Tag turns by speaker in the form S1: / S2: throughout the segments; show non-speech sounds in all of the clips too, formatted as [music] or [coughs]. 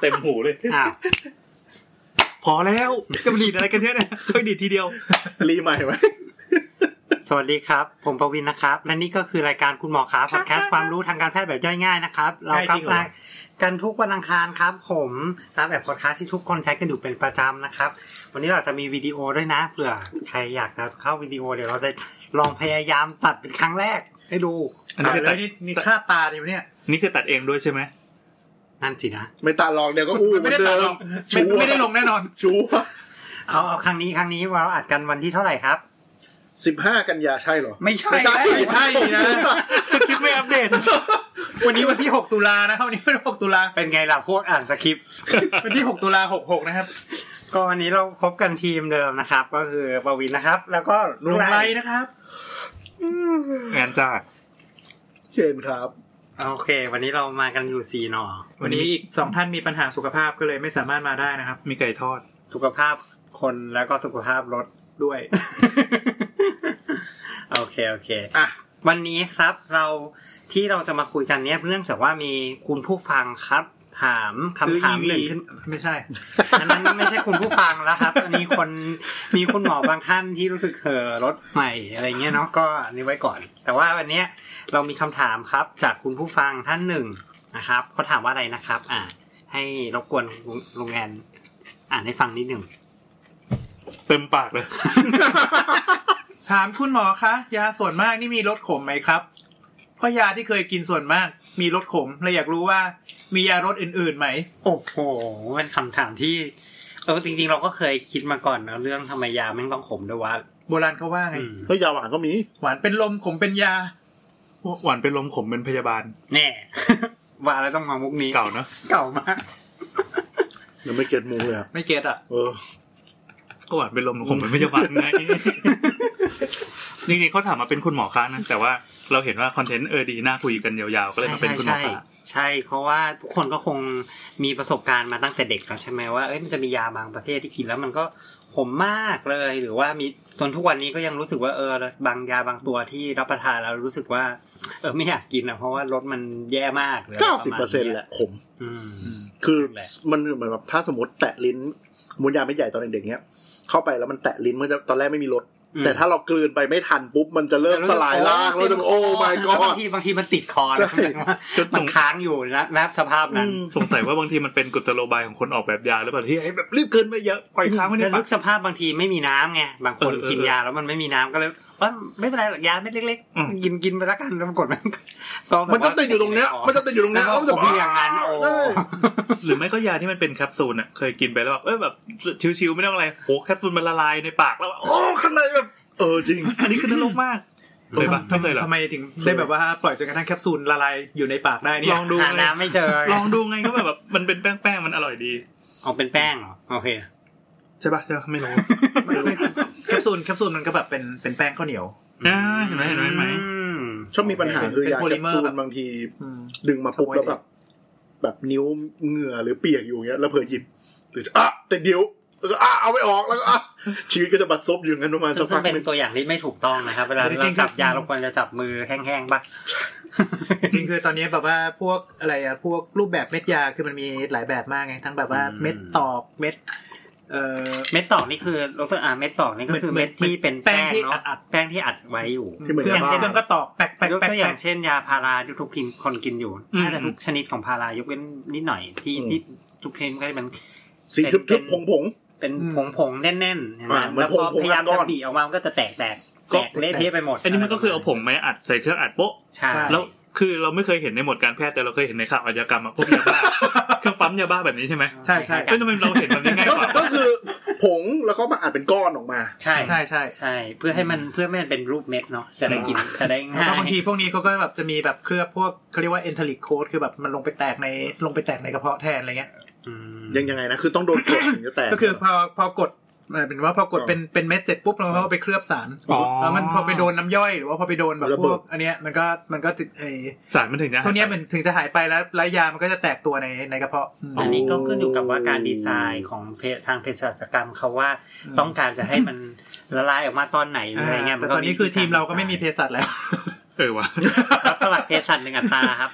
S1: เต็มหูเลย
S2: อ้าวพอแล้วจะมาดีดอะไรกันเนี่ยเนี่ยค่อยดีดทีเดียว
S3: รีใหม่ไว้
S2: สวัสดีครับ ผมประวินนะครับ และนี่ก็คือรายการคุณหมอขาพอดแคสต์ความรู้ทางการแพทย์แบบย่อยง่ายนะครับ เรา
S1: ง่าย
S2: ก
S1: จริง
S2: ลับ
S1: เหรอ
S2: มากันทุกวันอังคารครับ ผมตามแบบพอดแคสต์ที่ทุกคนใช้กันอยู่เป็นประจำนะครับ วันนี้เราจะมีวิดีโอด้วยนะเผื่อใครอยากจะเข้าวิดีโอเดี๋ยวเราจะลองพยายามตัดเป็นครั้งแรก ให้ดู
S1: อันนี้คือตัด
S4: นี่นี่ค่าตาเดียวเนี่ย
S1: นี่คือตัดเองด้วยใช่ไหม
S2: นั่นสินะ
S3: ไม่ตัดหลอกเดี๋ยวก็อู้เหมื
S4: ไม่
S3: อน
S4: ได้
S3: เดิ
S4: ตัดหร
S3: ม
S4: อกไม่ไม่ได้ลงแน่นอน
S3: ชัว
S2: เอาเอาครั้งนี้ครั้งนี้เราอัดกันวันที่เท่าไหร่ครับ
S3: สิบห้ากันยาใช่เหรอ
S2: ไม่ใช่
S3: ไม่ใช่
S4: ไม่ใช่นะ
S1: สคริปต์ไม่อัปเดต
S4: วันนี้วันที่ 6 ตุลานะครับวันนี้วันที่6ตุลา
S2: เป็นไงล่ะพวกอ่านสคริปต์
S4: วันที่ 6 ตุลา66 นะครับ
S2: ก็วันนี้เราพบกันทีมเดิมนะครับ ก็คือประวินนะครับ แล้วก็
S4: ลงไล
S2: ไล
S4: น์นะครับ
S1: งานจาก
S3: เชิญครับ
S2: โอเค วันนี้เรามากันอยู่สี่หนอ
S4: วันนี้อีก 2 ท่านมีปัญหาสุขภาพก็เลยไม่สามารถมาได้นะครับ
S1: มีไก่ทอด
S2: สุขภาพคนแล้วก็สุขภาพรถ [laughs]
S4: ด้วย
S2: โอเค โอเค
S3: อ่ะ
S2: วันนี้ครับเราที่เราจะมาคุยกันเนี้ยเนื่องจากว่ามีคุณผู้ฟังครับ ถามคำถามหนึ่งขึ้น
S4: ไม่ใช่
S2: อันนั้นไม่ใช่คุณผู้ฟังแล้วครับ อันนี้คนมีคุณหมอบางท่านที่รู้สึกเห่อรถใหม่อะไรเงี้ยเนาะก็อันนี้ไว้ก่อน แต่ว่าวันเนี้ยเรามีคำถามครับ จากคุณผู้ฟังท่านหนึ่งนะครับเขาถามว่าอะไรนะครับ อ่า ให้รบกวนลุงลุงแอนอ่านให้ฟังนิดหนึ่ง
S1: เต็มปากเลย
S4: [laughs] ถามคุณหมอคะ ยาส่วนมากนี่มีรสขมไหมครับ เพราะยาที่เคยกินส่วนมากมีรสขมเลยอยากรู้ว่ามียารสอื่นๆไหม
S2: โอ้โหเป็นคำถามที่ เออจริง ๆ เราก็เคยคิดมาก่อนนะเรื่องทำไมยาแม่งต้องขมด้วยวะ
S4: โบราณเขาว่าไง
S2: อืม
S3: เฮ้ยยาหวานก็มี
S4: หวานเป็นลมขมเป็นยา
S1: หวานเป็นลมขมเป็นพยาบาล
S2: แน่ [laughs] ว่าแล้วต้องมามุกนี้
S1: เก่าเนอะ
S2: เก่ามาก
S3: เดี๋ยวไม่เก็ตมุงเลยอะ
S4: ไม่เก็ตอ่ะ
S3: เออ
S1: ก็หวานเป็นลมขมเป็นพยา
S4: [laughs]
S1: บาลไง จริงๆเขาถามมาเป็นคุณหมอค้านะ แต่ว่าเราเห็นว่าคอนเทนต์เออดีน่าคุยกันยาวๆ ก็เลยมาเป็นคุณหมอ
S2: ใช่
S1: ค้า
S2: ใช่ เพราะว่าทุกคนก็คงมีประสบการณ์มาตั้งแต่เด็กแล้วใช่ไหมว่าเอ้ยมันจะมียาบางประเภทที่กินแล้วมันก็ขมมากเลย หรือว่ามีจนทุกวันนี้ก็ยังรู้สึกว่าเออบางยาบางตัวที่รับประทานแล้วรู้สึกว่า เออไม่อยากกินนะเพราะว่ารสมันแย่มากลย
S3: เก้าสิบเปอร์เซ็นต์แหละขม
S2: อืม
S3: คือ
S2: แหละ
S3: มันเหมือนแบบถ้าสมมติแตะลิ้นมูลยาไม่ใหญ่ตอนเด็กๆเนี้ย เข้าไปแล้วมันแตะลิ้นมันจะตอนแรกไม่มีรส แต่ถ้าเรากลืนไปไม่ทันปุ๊บ มันจะเริ่มสลายล่างแล้วจะโอ้ my
S2: บา
S3: god
S2: งทีบางทีมันติดคอ
S3: ใช่
S2: นะ
S1: จน
S2: มั
S1: ส่
S2: น
S1: ง
S2: ค้างอยู่นะนะสภาพนั้น
S1: สงสัยว่าบางทีมันเป็นกุศโลบายของคนออกแบบยาหรือเปล่าที่ไอ้แบบรีบเกินไปเยอะปล่อยค้างไว้ใน
S2: แล้ว
S1: ปา
S2: นึ
S1: ก
S2: กสภาพบางทีไม่มีน้ำไงบางคน
S1: เออเออ
S2: กินยาแล้วมันไม่มีน้ำก็เลยว่าไม่เป็นไรหรอกยาเม็ดเล็ก
S1: อืม
S2: ๆกินกินไปแล้วกันแล้วปรากฏมันก็
S3: มันจะติดอยู่ตรง
S2: [laughs]
S3: เนี้ย มันจะติดอยู่ตรง
S2: แล้วย
S3: เนี้
S2: ก็
S3: แล้วมันจะ
S2: ผมอย่างนั้นโอ้
S3: เย
S1: หรือไม่ก็ยาที่มันเป็นแคปซูลอ่ะเคยกินไปแล้วแบบเออแบบชิวๆไม่ต้องอะไรโหแคปซูลมันละลายในปากแล้วแบบโอ้ข้างในแบบ
S3: เออจริง
S1: อันนี้คือนรกมากเคยปะไม่เคยเหรอ
S4: ทำไมถึงได้แบบว่าปล่อยจนกระทั่งแคปซูลละลายอยู่ในปากได้เนี่
S1: ล
S4: ย
S1: องดู
S2: หา
S1: ไง
S2: น้ำไม่เจอ
S1: ลองดูไงก็แบบ มันเป็นแป้งๆมันอร่อยดี
S2: เอาเป็นแป้งเหรอโอเค
S1: ใช่ปะใช่ปะไม่ [laughs] รู้
S4: แคปซูลแคปซูลมันก็แบบเป็นเป็นแป้งข้าวเหนียว
S1: อ่าเห็นไหมเห็นไหมเห็นไหม
S2: อืม
S3: ชอบมีปัญหาคือยาแคปซู
S4: เป็น polymer
S3: ล
S4: แบบ
S3: บางที
S4: อืม
S3: ดึงมาปุ๊บ
S4: ขโมย
S3: แล้วแบบแบบนิ้วเหงื่อหรือเปียกอยู่อย่างเงี้ย แล้วเผลอหยิบหรือจะอ่ะแต่เดี๋ยวแล้วก็อ่ะเอาไม่ออกแล้วก็อ่ะชีวิตก็จะบัดซบอยู่อย่างนั้นประมาณ
S2: ซึ่ง
S3: สัก
S2: ซึ่
S3: พั
S2: ง
S3: ก
S2: เป็น
S3: หนึ่ง
S2: ตัวอย่างที่ไม่ถูกต้องนะครับ เวลา
S4: จริงๆ
S2: เราจับยาเราควรจะจับมือแห้งๆป่ะ
S4: จริงๆคือตอนนี้แบบว่าพวกอะไรอะพวกรูปแบบเม็ดยาคือมันมีหลายแบบมากไง ทั้งแบบว่าเม็ดตอกเม็ด เอ่อ
S2: เม็ดตอกนี่คือรสอ่าเม็ดตอกนี่ก็คือ
S4: เม็
S2: เม็ด
S4: ด
S2: ที่เป็น
S4: แป้
S2: แป้ง
S4: งที่
S2: เนาะ
S4: อัด
S2: แป้งที่อัดไว้อยู่
S3: ที่เหมือน
S4: เครื่อง
S3: บ้า
S4: เครื่องก็ตอกแปกแปก
S2: ยก
S4: แป
S2: ตั
S4: ก
S2: ว
S4: แป
S2: อย่าง
S4: ก
S2: เช่นยาพาราที่ทุกกินคนกินอยู่
S1: อืม
S2: น่าจะทุกชนิดของพารายกเว้นนิดหน่อยที่ที่ทุกชนิดมันก็จะเป็น
S3: สี
S2: เป็น
S3: ทึบ
S2: เป็น
S3: ๆผง
S2: เป็นผงผงๆแน่นๆใช่ไหม
S3: อ่าเหมือน
S2: แล้วพอ
S3: ผงๆ
S2: พยายาม
S3: ก้อน
S2: จะบีบออกมามันก็จะแตกแตกๆแตกเละเทะไปหมด
S1: อันนี้มันก็คือเอาผงไม้อัดใส่เครื่องอัดโป๊ะ
S2: ใช่
S1: แล้วคือเราไม่เคยเห็นในหมวดการแพทย์แต่เราเคยเห็นในข่าวอาชญากรรมอะพวกยา
S4: [laughs]
S1: บ้า เครื่องปั๊มยาบ้าแบบนี้ใช่ไหม
S4: ใช่ใช่
S1: ก็ทำไมเราเห็นแบบนี้ง่าย
S3: ๆก็
S1: กว่า
S3: ก็คือผงแล้วก็มาอัดเป็นก้อนออกมา
S2: ใช่
S4: ใช่ใช่
S2: ใช่เพื่อให้มันเพื่อไม่ให้มันเป็นรูปเม็ดเนาะจะได้กินจะได้
S4: แล้ว
S2: ง่า
S4: ก็
S2: ย
S4: บางทีพวกนี้เขาก็แบบจะมีแบบเคลือบพวกเขาเรียกว่า enteric coat คือแบบมันลงไปแตกในลงไปแตกในกระเพาะแทนอะไรเงี้ย
S2: อืม
S3: ยังยังไงนะ คือต้องโดนกดถึงจะแตก
S4: ก็คือพอพอกดหมายเป็นว่าพอกด
S3: อ่า
S4: เป็นเป็นเม็ดเสร็จปุ๊บเราก็เอาไปเคลือบสาร
S1: อ๋อ
S4: แล้วมันพอไปโดนน้ำย่อยหรือว่าพอไปโดนแบบ
S3: ระ
S4: พ
S3: เบิ
S4: ว
S3: ด
S4: กอันเนี้ยมันก็มันก็ติดไอ้
S1: สารมันถึงจะ
S4: พวกเนี้ยมันถึงจะหายไปแล้วแล้วยามันก็จะแตกตัวในในกระเพาะอืม
S2: อันนี้ก็ขึ้นอยู่กับว่าการดีไซน์ของเพทางเภสัชกรรมเขาว่าต้องการจะให้มันละลายออกมาตอนไหนหรืออะไรเงี้ยมั
S4: แต่
S2: ก็ [laughs]
S4: ตอนนี้คือทีมเราก็ไม่มีเภสัชแล้ว
S1: เออวะ
S2: รับสมัครเภสัชหนึ่งอัตราครับ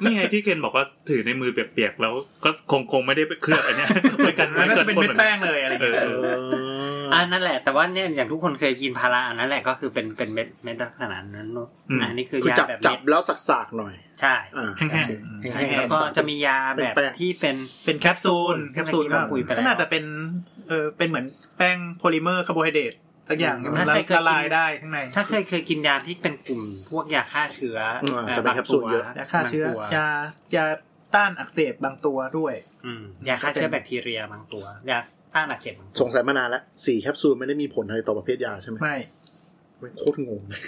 S1: [laughs] นี่ไงที่เคนบอกว่าถือในมือเปียกๆแล้วก็คงคงไม่ได้ไปเคลือบอันเนี้ย [laughs] ด้วยกัน
S4: อัน
S1: ไม่
S4: นั้น
S1: เกิด
S4: จะเป็น
S1: คน
S4: เม็
S1: เหมือ
S4: ด
S1: น
S4: แป้
S1: กัน
S4: งเลยอะไร
S1: เอ
S4: เงี้ย
S1: อเออ
S2: อันนั่นแหละแต่ว่าเนี่ยอย่างทุกคนเคยกินพาราอันนั่นแหละก็คือเป็นเป็นเม็ดเม็ดลักษณะนั้นเนอะอ่านี่คื
S3: คือย
S2: อา
S3: จับ
S2: แบบ
S3: จั
S2: เม็
S3: บ
S2: ด
S3: แล้วสากๆหน่อย
S2: ใช่
S3: อ่า
S1: แห้ง
S3: โอเค
S1: ๆ
S3: แห้งๆ
S2: แล้วก็จะมียาแบบ
S3: เป็นแป้ง
S2: ที่เป็น
S4: เป็นแคปซูล
S2: แคปซูล
S4: ก็
S2: ที่เราคุยไปแล้ว
S4: ก็น่าจะเป็นเออเป็นเหมือนแป้งโพลิเมอร์คาร์โบไฮเดรตสักอย่างมันละละลายได้ข้างใน
S2: ถ้าเคยเคยกินยาที่เป็นกลุ่มพวกยาฆ่าเชื้อ
S3: อืม
S2: อ่า
S3: จะเป็น
S2: บาง
S3: แคปซู
S2: ตัว
S3: ลเยอะ
S4: ยาฆ่าเชื้
S2: บ
S4: อ
S2: งตัวย
S4: ายาต้านอักเสบบางตัวด้วย
S2: อืมยาฆ่าเชื้อแบคทีเรียบางตัวยาต้านอักเสบบางตัว
S3: สงสัยมานานแล้วสี่แคปซูลไม่ได้มีผลอะไรต่อประเภทยาใช่ไหม
S4: ไม่
S3: ไม่โคตรงงเลย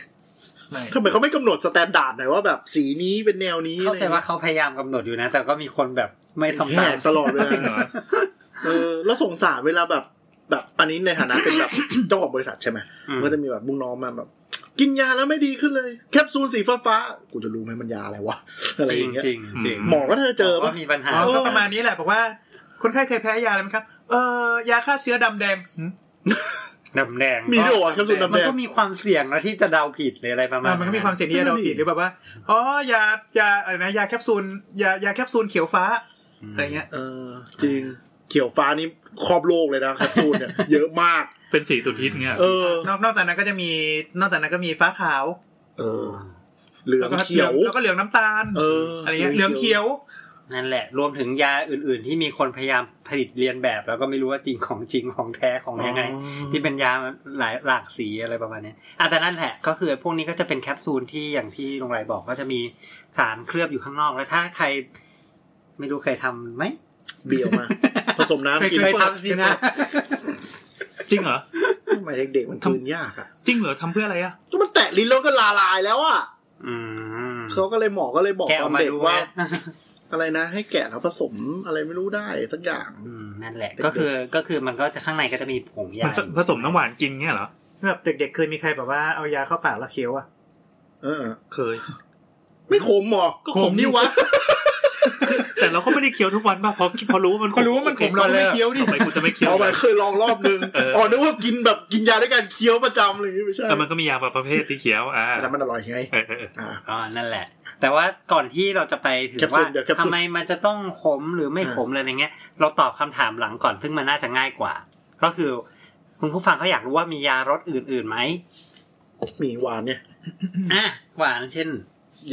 S4: ไม่
S3: ทำไมเขาไม่กำหนดสแตนดาร์ดหน่อยว่าแบบสีนี้เป็นแนวนี้
S2: เข้าใจว่าเขาพยายามกำหนดอยู่นะ แต่ก็มีคนแบบไม่ทำ
S3: แห
S2: ตาม
S3: กตลอดเวล
S1: จริงเหรอ
S3: าเออแล้วสงสารเวลาแบบ แบบอันนี้ในฐานะเป็นแบบ [coughs] เจ้าของบริษัทใช่ไหม
S2: อืม
S3: มันก็จะมีแบบบุ้งน้องมาแบบ กินยาแล้วไม่ดีขึ้นเลยแคปซูลสีฟ้าๆกูจะรู้ไหมมันยาอะไรวะ [laughs] อะไรอย่างเงี้ย
S2: จริงจริง
S3: หมอก็เธอเจอปะ
S2: ว่ามีปัญหา
S4: อ๋อก็ประมาณนี้แหละบอกว่า คนไข้เคยแพ้ยาอะไรไหมครับ เออยาฆ่าเชื้อดำแดงหืม
S2: ดำแดง
S3: มีด้วยเหรอแคปซูลดำ
S2: มัน
S3: แดง
S2: ก็มีความเสี่ยงนะที่จะเดาผิดหรืออะไรประมาณ
S4: อ่ะมันก็มีความเสี่ยงที่จะเราผิดหรือแบบว่าอ๋อยายาอะไรนะยาแคปซูลยายาแคปซูลเขียวฟ้าอะไรเงี้ย
S3: เออจริงเขียวฟ้านี่ครอบโลกเลยนะแคปซูลเนี่ย [laughs] เยอะมาก
S1: เป็นสีสุดฮิตเงี้ย
S3: เออ
S4: นอกนอกจากนั้นก็จะมีนอกจากนั้นก็มีฟ้าขาว
S3: เออ เหลือง
S4: แล้วก็
S3: เขียว
S4: แล้วก็เหลืองน้ำตาล
S3: เอออ
S4: อะไรเงี้ยเหลืองเขียว
S2: นั่นแหละ รวมถึงยาอื่น ๆ ที่มีคนพยายามผลิตเรียนแบบ แล้วก็ไม่รู้ว่าจริงของจริงของแท้ของยังไง
S3: อ๋อ
S2: ที่เป็นยาหลายหลากสีอะไรประมาณเนี้ยอ่ะแต่นั่นแหละ ก็คือพวกนี้ก็จะเป็นแคปซูลที่อย่างที่ลงไรบอกก็จะมีสารเคลือบอยู่ข้างนอก แล้วถ้าใคร ไม่รู้เคยทำไหม
S3: เบียว
S2: [laughs]
S3: มากผสมน้ำกิน
S2: เคย
S3: ไม่ทัน
S2: ทำสินะ
S1: จริงเหรอ
S3: ทำไมเด็กๆมัน
S1: ทำ
S3: คืนยากอ่ะ
S1: จริงเหรอทำเพื่ออะไรอ่ะ
S3: ก็มันแตะลิ้นแล้วก็ละลายแล้วอ่ะ
S2: อืม
S3: เขาก็เลยหมอก็เลยบอก
S2: แกะอ
S3: ตอ
S2: อก
S3: น
S2: มา
S3: เด็ก
S2: ดู
S3: ว่า
S2: ว่า
S3: อะไรนะ ให้แกะแล้วผสมอะไรไม่รู้ได้ทักอย่าง
S2: อืมนั่นแหละ ก็คือก็คือมันก็จะข้างในก็จะมีผงยา
S1: มันผสมน้ำหวานกินเงี้ยเหรอ
S4: แบบเด็กๆเคยมีใครแบบว่าเอายาเข้าปากแล้วเคี้ยวอ่ะ
S3: เออ
S1: เคย
S3: ไม่ขมหมอ
S1: ก็ขม
S3: นี่
S1: [laughs]
S3: วะ
S1: แต่เราก็ไม่ได้เคี้ยวทุกวันป่ะพอพอรู้ว่ามัน
S4: เราไม่เคี้ยวดิ
S1: ทำไมกูจะไม่เคี้ยว
S3: เอาไปเคยลองรอบนึง
S1: เอออ๋
S3: อ๋อนึกว่ากินแบบกินยาด้วยการเคี้ยวประจำอะไรอย่างงี้ไม่ใช่
S1: แต่มันก็มียาบางประเภทที่เคี้ยวอ่า
S3: แต่มันอร่อยไง
S1: เออเออเออ
S3: อ่า
S2: อ๋อนั่นแหละ แต่ว่าก่อนที่เราจะไปถึง
S3: แคปซู
S2: ว่า
S3: ลเดี๋ยวแคปซูล
S2: ทำไมมันจะต้องขมหรือไม่ขมอะไรอย่างเงี้ย เราตอบคำถามหลังก่อนซึ่งมันน่าจะง่ายกว่า ก็คือคุณผู้ฟังเขาอยากรู้ว่ามียารสอื่นๆไหม
S3: หมีหวานเนี่ย
S2: อ่ะหวานเช่น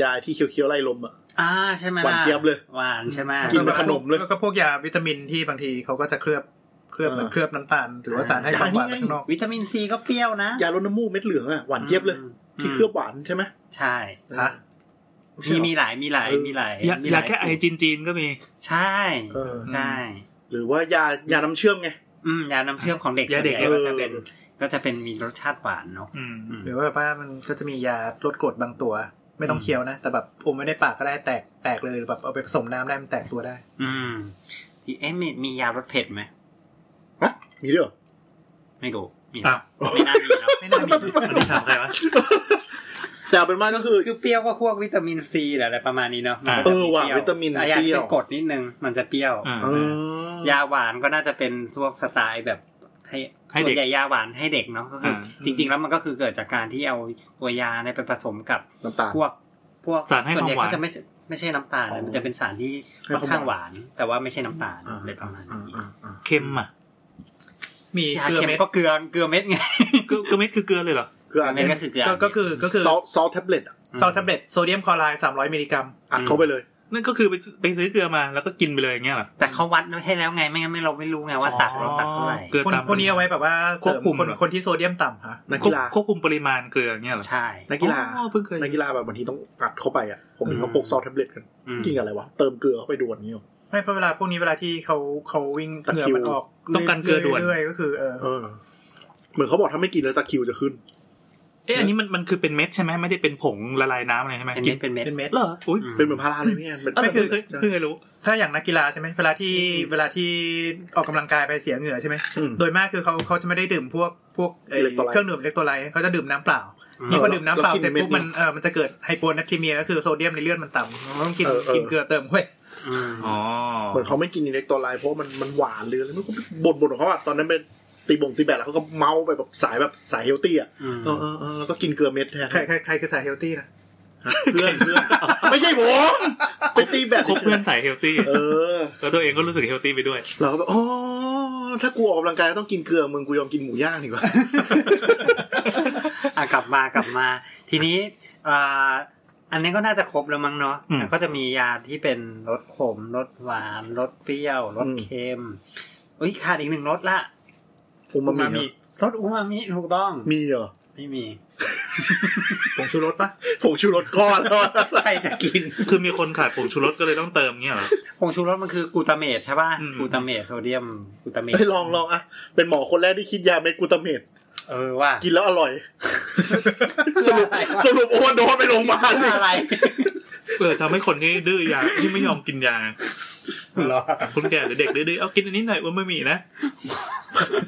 S3: ยาที่เคี้ยวๆไล่ลมอ่ะ
S2: อ่าใช่ไหมล่ะ
S3: หวานเจี๊ยบเลย
S2: หวานใช่ไหม
S3: กินเป็นขนมเลย
S4: แล้วก็พวกยาวิตามินที่บางทีเขาก็จะเคลือบเคลือบ
S3: อ่า
S4: เหมือนเคลือบน้ำตาล หรือว่าสารให้ความหวาน
S3: อ่านี่ไง
S4: ข้างนอก
S2: วิตามินซีก็เปรี้ยวนะ
S3: ยาลดน้ำมูกเม็ดเหลืองอ่ะหวานเจี๊ยบเลย
S2: ม
S3: ที่เคลือบหวานใช่ไหม
S2: ใช่
S4: ฮะ
S2: มีมีหลายมีหลายมีหลาย
S1: ยา
S2: มีห
S1: ยา
S2: ลาย
S1: แค่ไอ
S2: สูตร
S1: จีนจีนๆก็มี
S2: ใช่
S3: เออ
S1: ม
S2: ใช่
S3: หรือว่ายายาน้ำเชื่อมไง
S2: อืมยาน้ำเชื่อมของเด็ก
S1: ยาเด็ก
S2: ส่วนใหญ่ก็จะเป็นก็จะเป็นมีรสชาติหวานเนาะ
S1: อืม
S2: อืม
S4: หรือว่าแบบว่ามันก็จะมียาลดกรดบางตัว ไม่ต้องเคี้ยวนะ แต่แบบอมไว้ในปากก็ได้แตกแตกเลยหรือแบบเอาไปผสมน้ำได้มันแตกตัวได้
S2: อืมที่เอ๊ะมีมียารสเผ็ดไหม
S3: มีด้วยเหรอ
S2: ไม่รู้มี
S1: อ้าว
S2: ไม่น่ามีเนาะ
S4: ไม่น่ามี
S1: อันนี้ถามใครวะ
S3: แต่เอาเป็นว่าก็คือ
S2: คือเปรี้ยวก็พวกวิตามินซีหรืออะไรประมาณนี้เนาะมันก็
S3: เอ
S2: จะ
S3: อ
S2: มี
S3: ว่ะ
S2: ปย
S3: วิตามิน
S2: อ่ะยา
S3: เปรี้
S2: ที่
S3: ยว
S2: เป็นกรดนิดนึงมันจะเปรี้ยว
S1: อ่า
S3: เออย
S2: าหวานก็น่าจะเป็นพวกสไตล์แบบให้
S1: ให้
S2: ส่
S1: เด็ก
S2: วนใหญ่ยาหวานให้เด็กเนาะก็คืออา จริง ๆ แล้วมันก็คือเกิดจากการที่เอาตัวยาเนี่ยไปผสมกับ
S3: น้ำตาล
S2: พวกพวก
S1: สารให้
S2: ส่วนใหญ่
S1: ความหวาน
S2: ก็จะไม่ใช่ไม่ใช่น้ำตาล
S3: อ๋อ
S2: มันจะเป็นสารที่
S3: ให้
S2: ค่อน
S3: ความ
S2: ข้าง
S3: หวา
S2: หา
S3: ว
S2: น น แต่ว่าไม่ใช่น้ำตาล
S3: อ่า
S2: อะไรประมาณ
S3: อ่า
S2: นี้
S3: อ่าอ่า
S1: เค็มอ่ะ
S4: มี
S2: ยา
S4: เกลือ
S2: เค็ม
S4: เม็ด
S2: ก็เกลือเกลือเม็ดไง
S1: เกลือเกลือเม็ดคือเกลือเลยเหรอ
S2: เก
S3: เคือ
S2: ลื
S3: อั
S2: อน เม็
S3: เนี้
S2: ดก็คือเกลือ
S4: ก็ก็คือก็คือ
S3: ซอสซอสแท็บเล็ตอะ
S4: ซอลแท็บเล็ตโซเดียมคลอไรด์สามร้อยมิลลิกรัม
S3: อัดเข้าไปเลย
S1: นั่นก็คือไปซื้อไปซื้อเกลือมาแล้วก็กินไปเลยอย่างเงี้ยเหรอ
S2: แต่เขาวัดไม่ให้แล้วไงไม่งั้นไม่เราไม่รู้ไงว่าตักเราตักเท่าไหร่
S1: เกลือ
S4: คน
S1: ตาม
S4: คนนี้เอาไว้แบบว่าเสริ
S1: คว
S4: ม
S1: บคุม
S4: คน
S1: เหรอ
S4: คนที่โซเดียมต่ำฮะ
S3: นักกีฬา
S1: ควบควบคุมปริมาณเกลืออย่างเงี้ยเหรอ
S2: ใช่
S3: นักกีฬา
S1: อ๋อเพิ่งเคย
S3: นักกีฬาแบบบางทีต้องอัดเข้าไปอ่ะ ผมเห็นเขาพกซอสแท็บเล็ตกัน
S2: อืม
S3: กินกับอะไรวะ เติมเกลือเข้าไปด่วนนี้หรอ
S4: ไม่เพราะเวลาพวกนี้เวลาที่เขาเขาวิ่ง
S3: ตะ
S4: เหงื่อ
S3: คริว
S4: มันออก
S1: ต้องการเกลือด่วน
S4: เรื่อยๆก็คือเออ
S3: เออ เหมือนเขาบอกถ้าไม่กินแล้วตะคริวจะขึ้น
S1: เอ๊ะอันนี้มันมันคือเป็นเม็ดใช่ไหมไม่ได้เป็นผงละลายน้ำอะไรใช่ไหม
S2: เป็น
S1: กิ
S2: เม็ดเป็นเม็ด
S4: เป็นเม็ด
S1: เหรออุ้ย
S3: เป็นเหมือนพาราเลยพี่แอนเป็น
S1: เอ้าไม่เคย
S3: เ
S1: เคยเคยเคยรู้
S4: ถ้าอย่างนักกีฬาใช่ไหมเวลาที่เวลาที่ออกกำลังกายไปเสียเหงื่อใช่ไหม
S3: อืม
S4: โดยมากคือเขาเขาจะไม่ได้ดื่มพวกพวกเอ่อ
S3: Electrolyte
S4: เครื่องดื่มอิเล็กโทรไลท์เขาจะดื่มน้ำเปล่า
S2: อืม
S4: นี่พอ
S3: เออ
S4: ดื่มน้ำเปล่า
S3: เรากิน
S4: เสร็จปุ๊บ
S3: เม็ด
S4: มันเออมันจะเกิดไฮโปแนัทรีเมียก็คือโซเดียมในเลือดมันต่ำเราต้องกิน
S3: เออเออ
S4: กินเกลือเติมเข้าไป
S2: อืม
S1: อ๋อ
S3: หมือนเขาไม่กินอิเล็กโทรไลท์เพราะมันมันหวานหรืออะไรไม่รู้บ่นบ่นของเขาอะตอนนั้นเป็นตีบ่งตีแบตแล้วเขาก็เมาไปแบบสายแบบสายเฮลตี้อะ
S2: อืม
S3: เออเออเออแล้วก็กินเกลือเม็ดแทน
S4: ใครใครใครคือสายเฮลตี้นะ
S3: เพื่อนเพื่อนไม่ใช่ผมไปตีแบบ
S1: คบเพื่อนสายเฮลตี้
S3: เออ
S1: แล้วตัวเองก็รู้สึกเฮลตี้ไปด้วย
S3: เราก็แบบอ๋อถ้ากูออกกำลังกายต้องกินเกลือมึงกูยอมกินหมูย่างดีกว่า
S2: อ่ะกลับมากลับมา ทีนี้อ่าอันนี้ก็น่าจะครบแล้วมั้งเนาะ
S1: อืม
S2: แล้วก็จะมียาที่เป็นรสขมรสหวานรสเปรี้ยวรสเค็มอุ้ยขาดอีกหนึ่งรสละ
S3: อูมามิ
S2: รสอูมามิถูกต้อง
S3: มีเหรอ
S2: ไม่มี
S4: ผงชูรสปะ
S3: ผงชูรสก้อนแล้ว
S2: ใครจะกิน [laughs]
S1: คือมีคนขาดผงชูรสก็เลยต้องเติมเงี้ยเหรอ
S2: ผงชูรสมันคือกลูตาเมตใช่ป่ะ
S1: อืม
S2: กลูตาเมตโซเดียมกลูตาเมต
S3: เอ้ยลองลองอะเป็นหมอคนแรกที่คิดยาเม็ดกลูตาเมต
S2: เออว่า
S3: กินแล้วอร่อย สรุปสรุปโอเวอร์โดสไปโรงพยาบาลเลย
S2: อะไร
S1: เออทำให้คนที่ดื้อยาที่ไม่ยอมกินยา
S2: เหรอ
S1: คนแก่หรือเด็กดื้อๆเอากินอันนี้หน่อยว่าไม่มีนะ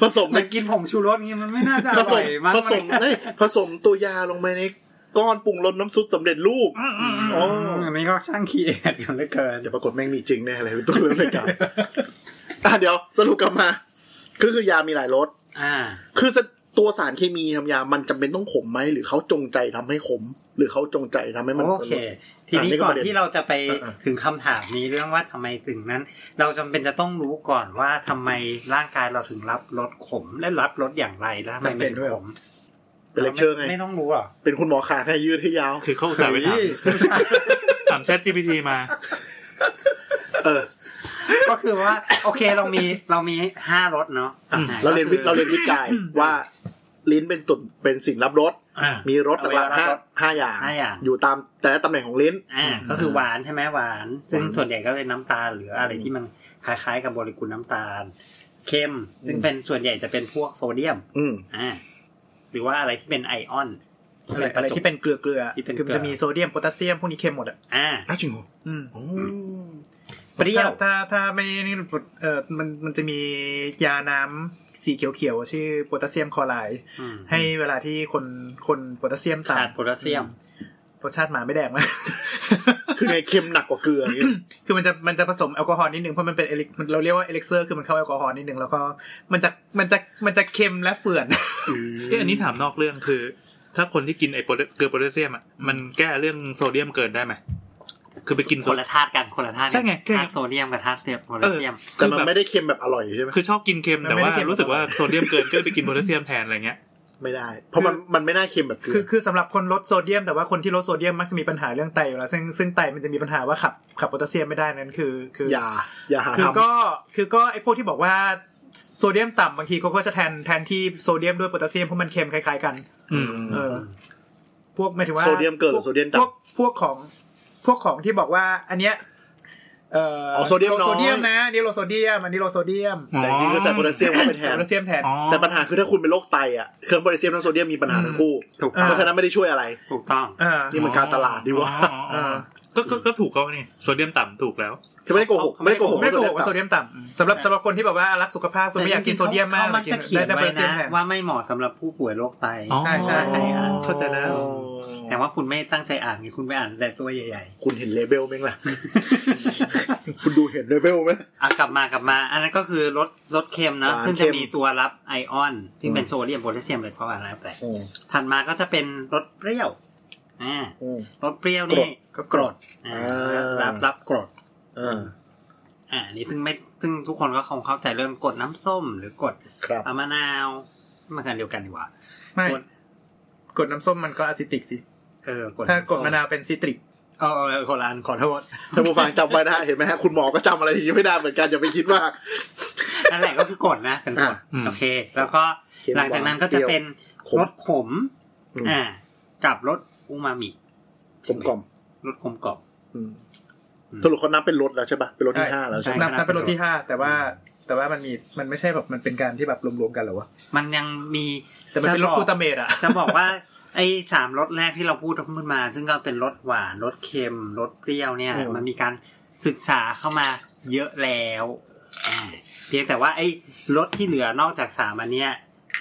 S3: ผสม
S2: มันกินผงชูรสเงี้ยมันไม่น่าจะอ
S3: ผส
S2: ร่อ
S3: ม
S2: ยมาก
S3: ผสมเอ้ยผสมตัวยาลงไปในก้อนปรุงรสน้ำซุปสำเร็จรูป
S2: โอ้อันนี้ก็ช่างคิดกันเหลือเกิน
S3: เดี๋ยวปรากฏแม่งมีจริงแน่เลยเป็นตัวเรื่องรายการอ่ะเดี๋ยวสรุปกลับมาก็คือยามีหลายรส
S2: อ่า
S3: คือสตัวสารเคมีทำยา มันจำเป็นต้องขมไหม หรือเขาจงใจทำให้ขม หรือเขาจงใจทำให้มัน
S2: โอเค ทีนี้
S3: อ่ะนี่ก็
S2: ก่อ
S3: ป
S2: น
S3: ระเด็น
S2: ที่เราจะไป
S3: อ่ะ
S2: ถึงคำถามนี้เรื่องว่าทำไมถึงนั้น เราจำเป็นจะต้องรู้ก่อนว่าทำไมร่างกายเราถึงรับรสขมและรับรสอย่างไรแล้วทำไมมันขม
S3: เป็นเลคเชอร์ไง
S2: ไม่ต้องรู้หรอ
S3: เป็นคุณหมอขาให้ยืดให้ยาว
S1: คือเขาอุตส่าห์ไปถามถามแชท GPT มา
S3: เออ
S2: ก็คือว่า โอเคเรามีเรามีห้ารสเนาะ
S3: อ่ะ
S2: อ่ะ
S3: เราเรียนวิทย์
S2: ก็
S3: เรา
S2: คือ
S3: เรียนวิจัยว่าลิ้นเป็นตุ่มเป็นสิ่งรับรส
S2: อ่ะ
S3: มีรสหลักๆห้าห้าอย่าง
S2: ห้าอย่าง
S3: อยู่ตามแต่ละตำแหน่งของลิ้น
S2: อ่าก็คือหวานใช่ไหมหวาน ซึ่งส่วนใหญ่ก็เป็นน้ำตาลหรืออะไรที่มันคล้ายๆกับโมเลกุลน้ำตาลเค็มซึ่งเป็นส่วนใหญ่จะเป็นพวกโซเดียม
S3: อืม
S2: อ่าหรือว่าอะไรที่เป็นไอออน
S4: อะไรอะไรที่เป็นเกลือเกลือ
S2: ที่เป็นเกลื
S4: คือ มันจะมีโซเดียมโพแทสเซียมพวกนี้เค็มหมดอ่ะ
S2: อ่า
S3: อ้าวจริงเหรอ
S4: อืม
S3: อ๋อ
S2: เปรี้ยว
S4: ถ้าถ้าถ้าไม่นี่เออมันมันจะมียาน้ำสีเขียวๆ ชื่อโพแทสเซียมคลอไรด์
S2: อืม
S4: ให้เวลาที่คนคนโพแทสเซียม
S2: ขาด
S4: ต่ำ
S2: โพแทสเซียม
S4: รสชาติหมาไม่แดกมาก
S3: คือไงเค็มหนักกว่าเกลืออย่างเงี้ย
S4: [laughs] คือมันจะมันจะผสมแอลกอฮอล์นิดนึง เพราะมันเป็นเอลิกมันเราเรียกว่าเอลิกเซอร์คือมันเข้าแอลกอฮอล์นิดนึง แล้วก็มันจะมันจะมันจะเค็มและเฝื่อน [laughs]
S1: เอ๊ะอันนี้ถามนอกเรื่องคือ ถ้าคนที่กินไอ้โพแทเกลือโพแทสเซียมอ่ะมันแก้เรื่องโซเดียมเกินได้ไหมคือไปกิน
S2: ค
S1: โซ
S2: นละธาตุกัน คนละธาตุกัน
S1: ใช่ไงคือ
S2: ธาตุโซเดียมกับธาตุเซียมโพแทสเซียม
S3: แต่
S1: คือ
S3: มัน
S1: แบบ
S3: ไม่ได้เค็มแบบอร่อยใช่ไหม
S1: คือชอบกินเค็มแต่ว่า
S4: ไม่ได้เค็ม
S1: รู้สึกว่าโซเดียมเกินก็เลยไปกินโพแทสเซียมแทนอะไรเงี้ย
S3: ไม่ได้ เพราะมันมันไม่น่าเค็มแบบเกลื
S4: คือ
S3: อ
S4: คือสำหรับคนลดโซเดียม แต่ว่าคนที่ลดโซเดียมมักจะมีปัญหาเรื่องไตอยู่แล้วซึ่งซึ่งไตมันจะมีปัญหาว่าขับขับโพแทสเซียมไม่ได้นั่นคือคือ
S3: อย่า อย่าหา
S4: คือ
S3: ทำ
S4: ก็คือก็ไอ้พวกที่บอกว่าโซเดียมต่ำบางทีเขาก็จะแทนแทนที่โซเดียมด้วยโพแทสเซียมเพราะมันเค็มคล้ายๆกัน
S1: อืม
S4: เออ พวกหมายถึงว่า
S3: โซเดียมเกินหรือโซเดียมต่ำ
S4: พวกพวกของพวกของที่บอกว่า อันเนี้ยเอ่อ
S3: เอาโซเดียมน้อย
S4: โซเดียมนะอันนี่โลโซเดียมอันนี้โลโซเดียม
S3: แต่จริงๆก็ใส่โพแทสเซียมเข้าไปแทน
S4: โพแทสเซียมแทน
S1: อ๋อ
S3: แต่ปัญหาคือถ้าคุณเป็นโรคไตอ่ะเครื่องโพแทสเซียมทั้งโซเดียมมีปัญหาทั้งคู่
S2: ถูก
S4: อ่า
S3: เพราะฉะนั้นไม่ได้ช่วยอะไร
S2: ถูกต้อง
S4: อ่า
S3: นี่มันการตลาดดีวะ
S1: อ๋ออ๋ออ๋อก็ก็ก็ถูกเขานี่โซเดียมต่ำถูกแล้ว
S3: คือไม่ได้โกหก
S2: เขาไม่
S3: ไม่
S2: ได้
S3: ได้
S2: โก
S3: โก
S2: ห
S3: ห
S2: ก
S3: ก
S4: ไม่โกหกว่า
S3: ว่า
S4: โซ
S3: โซ
S4: เดี
S3: เดียม
S4: ยมต่ำสำหรับสำหรับคนที่แบบว่ารักสุขภาพคือไม่อยากกินโซเดียมมาก
S2: แต่จริงๆเขามักจะเขียน
S4: ได้
S2: ไว้
S4: โพแทสเซีย
S2: นะ
S4: มแทน
S2: ว่าไม่เหมาะสำหรับผู้ป่วยโรคไต
S1: อ๋อ
S4: ใช่ใช่
S2: ใช่อ่าน
S1: เข้าใจแล้ว
S2: แต่ว่าคุณไม่ตั้งใจอ่านไงคุณไปอ่านแต่ตัวใหญ่
S3: คุณเห็นเลเบลไหมล่ะ คุณดูเห็นเลเบลไหม
S2: ๆอ่ะกลับมากลับมา อันนั้นก็คือรสรสเค็มนะ
S3: หวาน
S2: ซึ่ง
S3: เค็
S2: จะ
S3: ม
S2: มีตัวรับไอออนซึ่งเป็น
S3: อืม
S2: โซเดียมโพแทสเซียมอะไรเพราะว่าอะไรแต่ถัดมาก็จะเป็นรสเปรี้ยวอ่า
S3: อืม
S2: รสเปรี้ยวนี่ก็กรดอ่า
S3: อ่า
S2: รับรับกรด
S3: อ่า
S2: อ่านี่ซึ่งไม่ซึ่งทุกคนก็คงเข้าใจเรื่องกรดน้ำส้ม หรือกรด
S3: ครับ
S2: มะนาวมันกันเดียวกันดีกว่า
S4: ไม่
S2: กด
S4: กดน้ำส้มมันก็อะซิติกสิ
S2: เออกรด
S4: ถ้ากดมะนาวเป็นซิตริก
S2: เออเออเออคนละอันขอโทษ
S3: ท่านผู้ฟังจำไว้นะฮะเห็นไหมฮะคุณหมอก็จำอะไรอย่างนี้ไม่ได้เหมือนกันอย่าไปคิดว่า
S2: นั่นแหละก็คือกรดนะเป็นกรด
S3: อ่ะ
S1: อืม
S2: โอเค แล้วก็
S3: เค็ม
S2: หลังจากนั้นก็จะเป็น
S3: ขม
S2: รสขม
S3: อืม
S2: อ่า กับรสอูมามิ
S3: กลมกล่อม
S2: รสกลมกล่อม
S3: อืม
S2: อืม
S3: สรุปเขานับเป็นรถแล้วใช่ป่ะเป็นรถที่
S4: ใช่
S3: ห้าแล้วใช่
S2: ใช่
S3: ไหม
S4: นับนับเป็นรสที่ห้าแต่ว่าแต่ว่ามันมีมันไม่ใช่แบบมันเป็นการที่แบบรวมๆกันเหรอวะ
S2: มันยังมี
S4: แต่มันเป็นรส
S2: จะบอก
S4: กลูตา [laughs] เมตอะ
S2: จะบอกว่า ไอ้สามรสแรกที่เราพูดขึ้นมา ซึ่งก็เป็นรสหวานรสเค็มรสเปรี้ยวเนี่ย
S4: อืม
S2: มันมีการศึกษาเข้ามาเยอะแล้วอ่าเพียงแต่ว่าไอ้รสที่เหลือนอกจากสามอันเนี้ย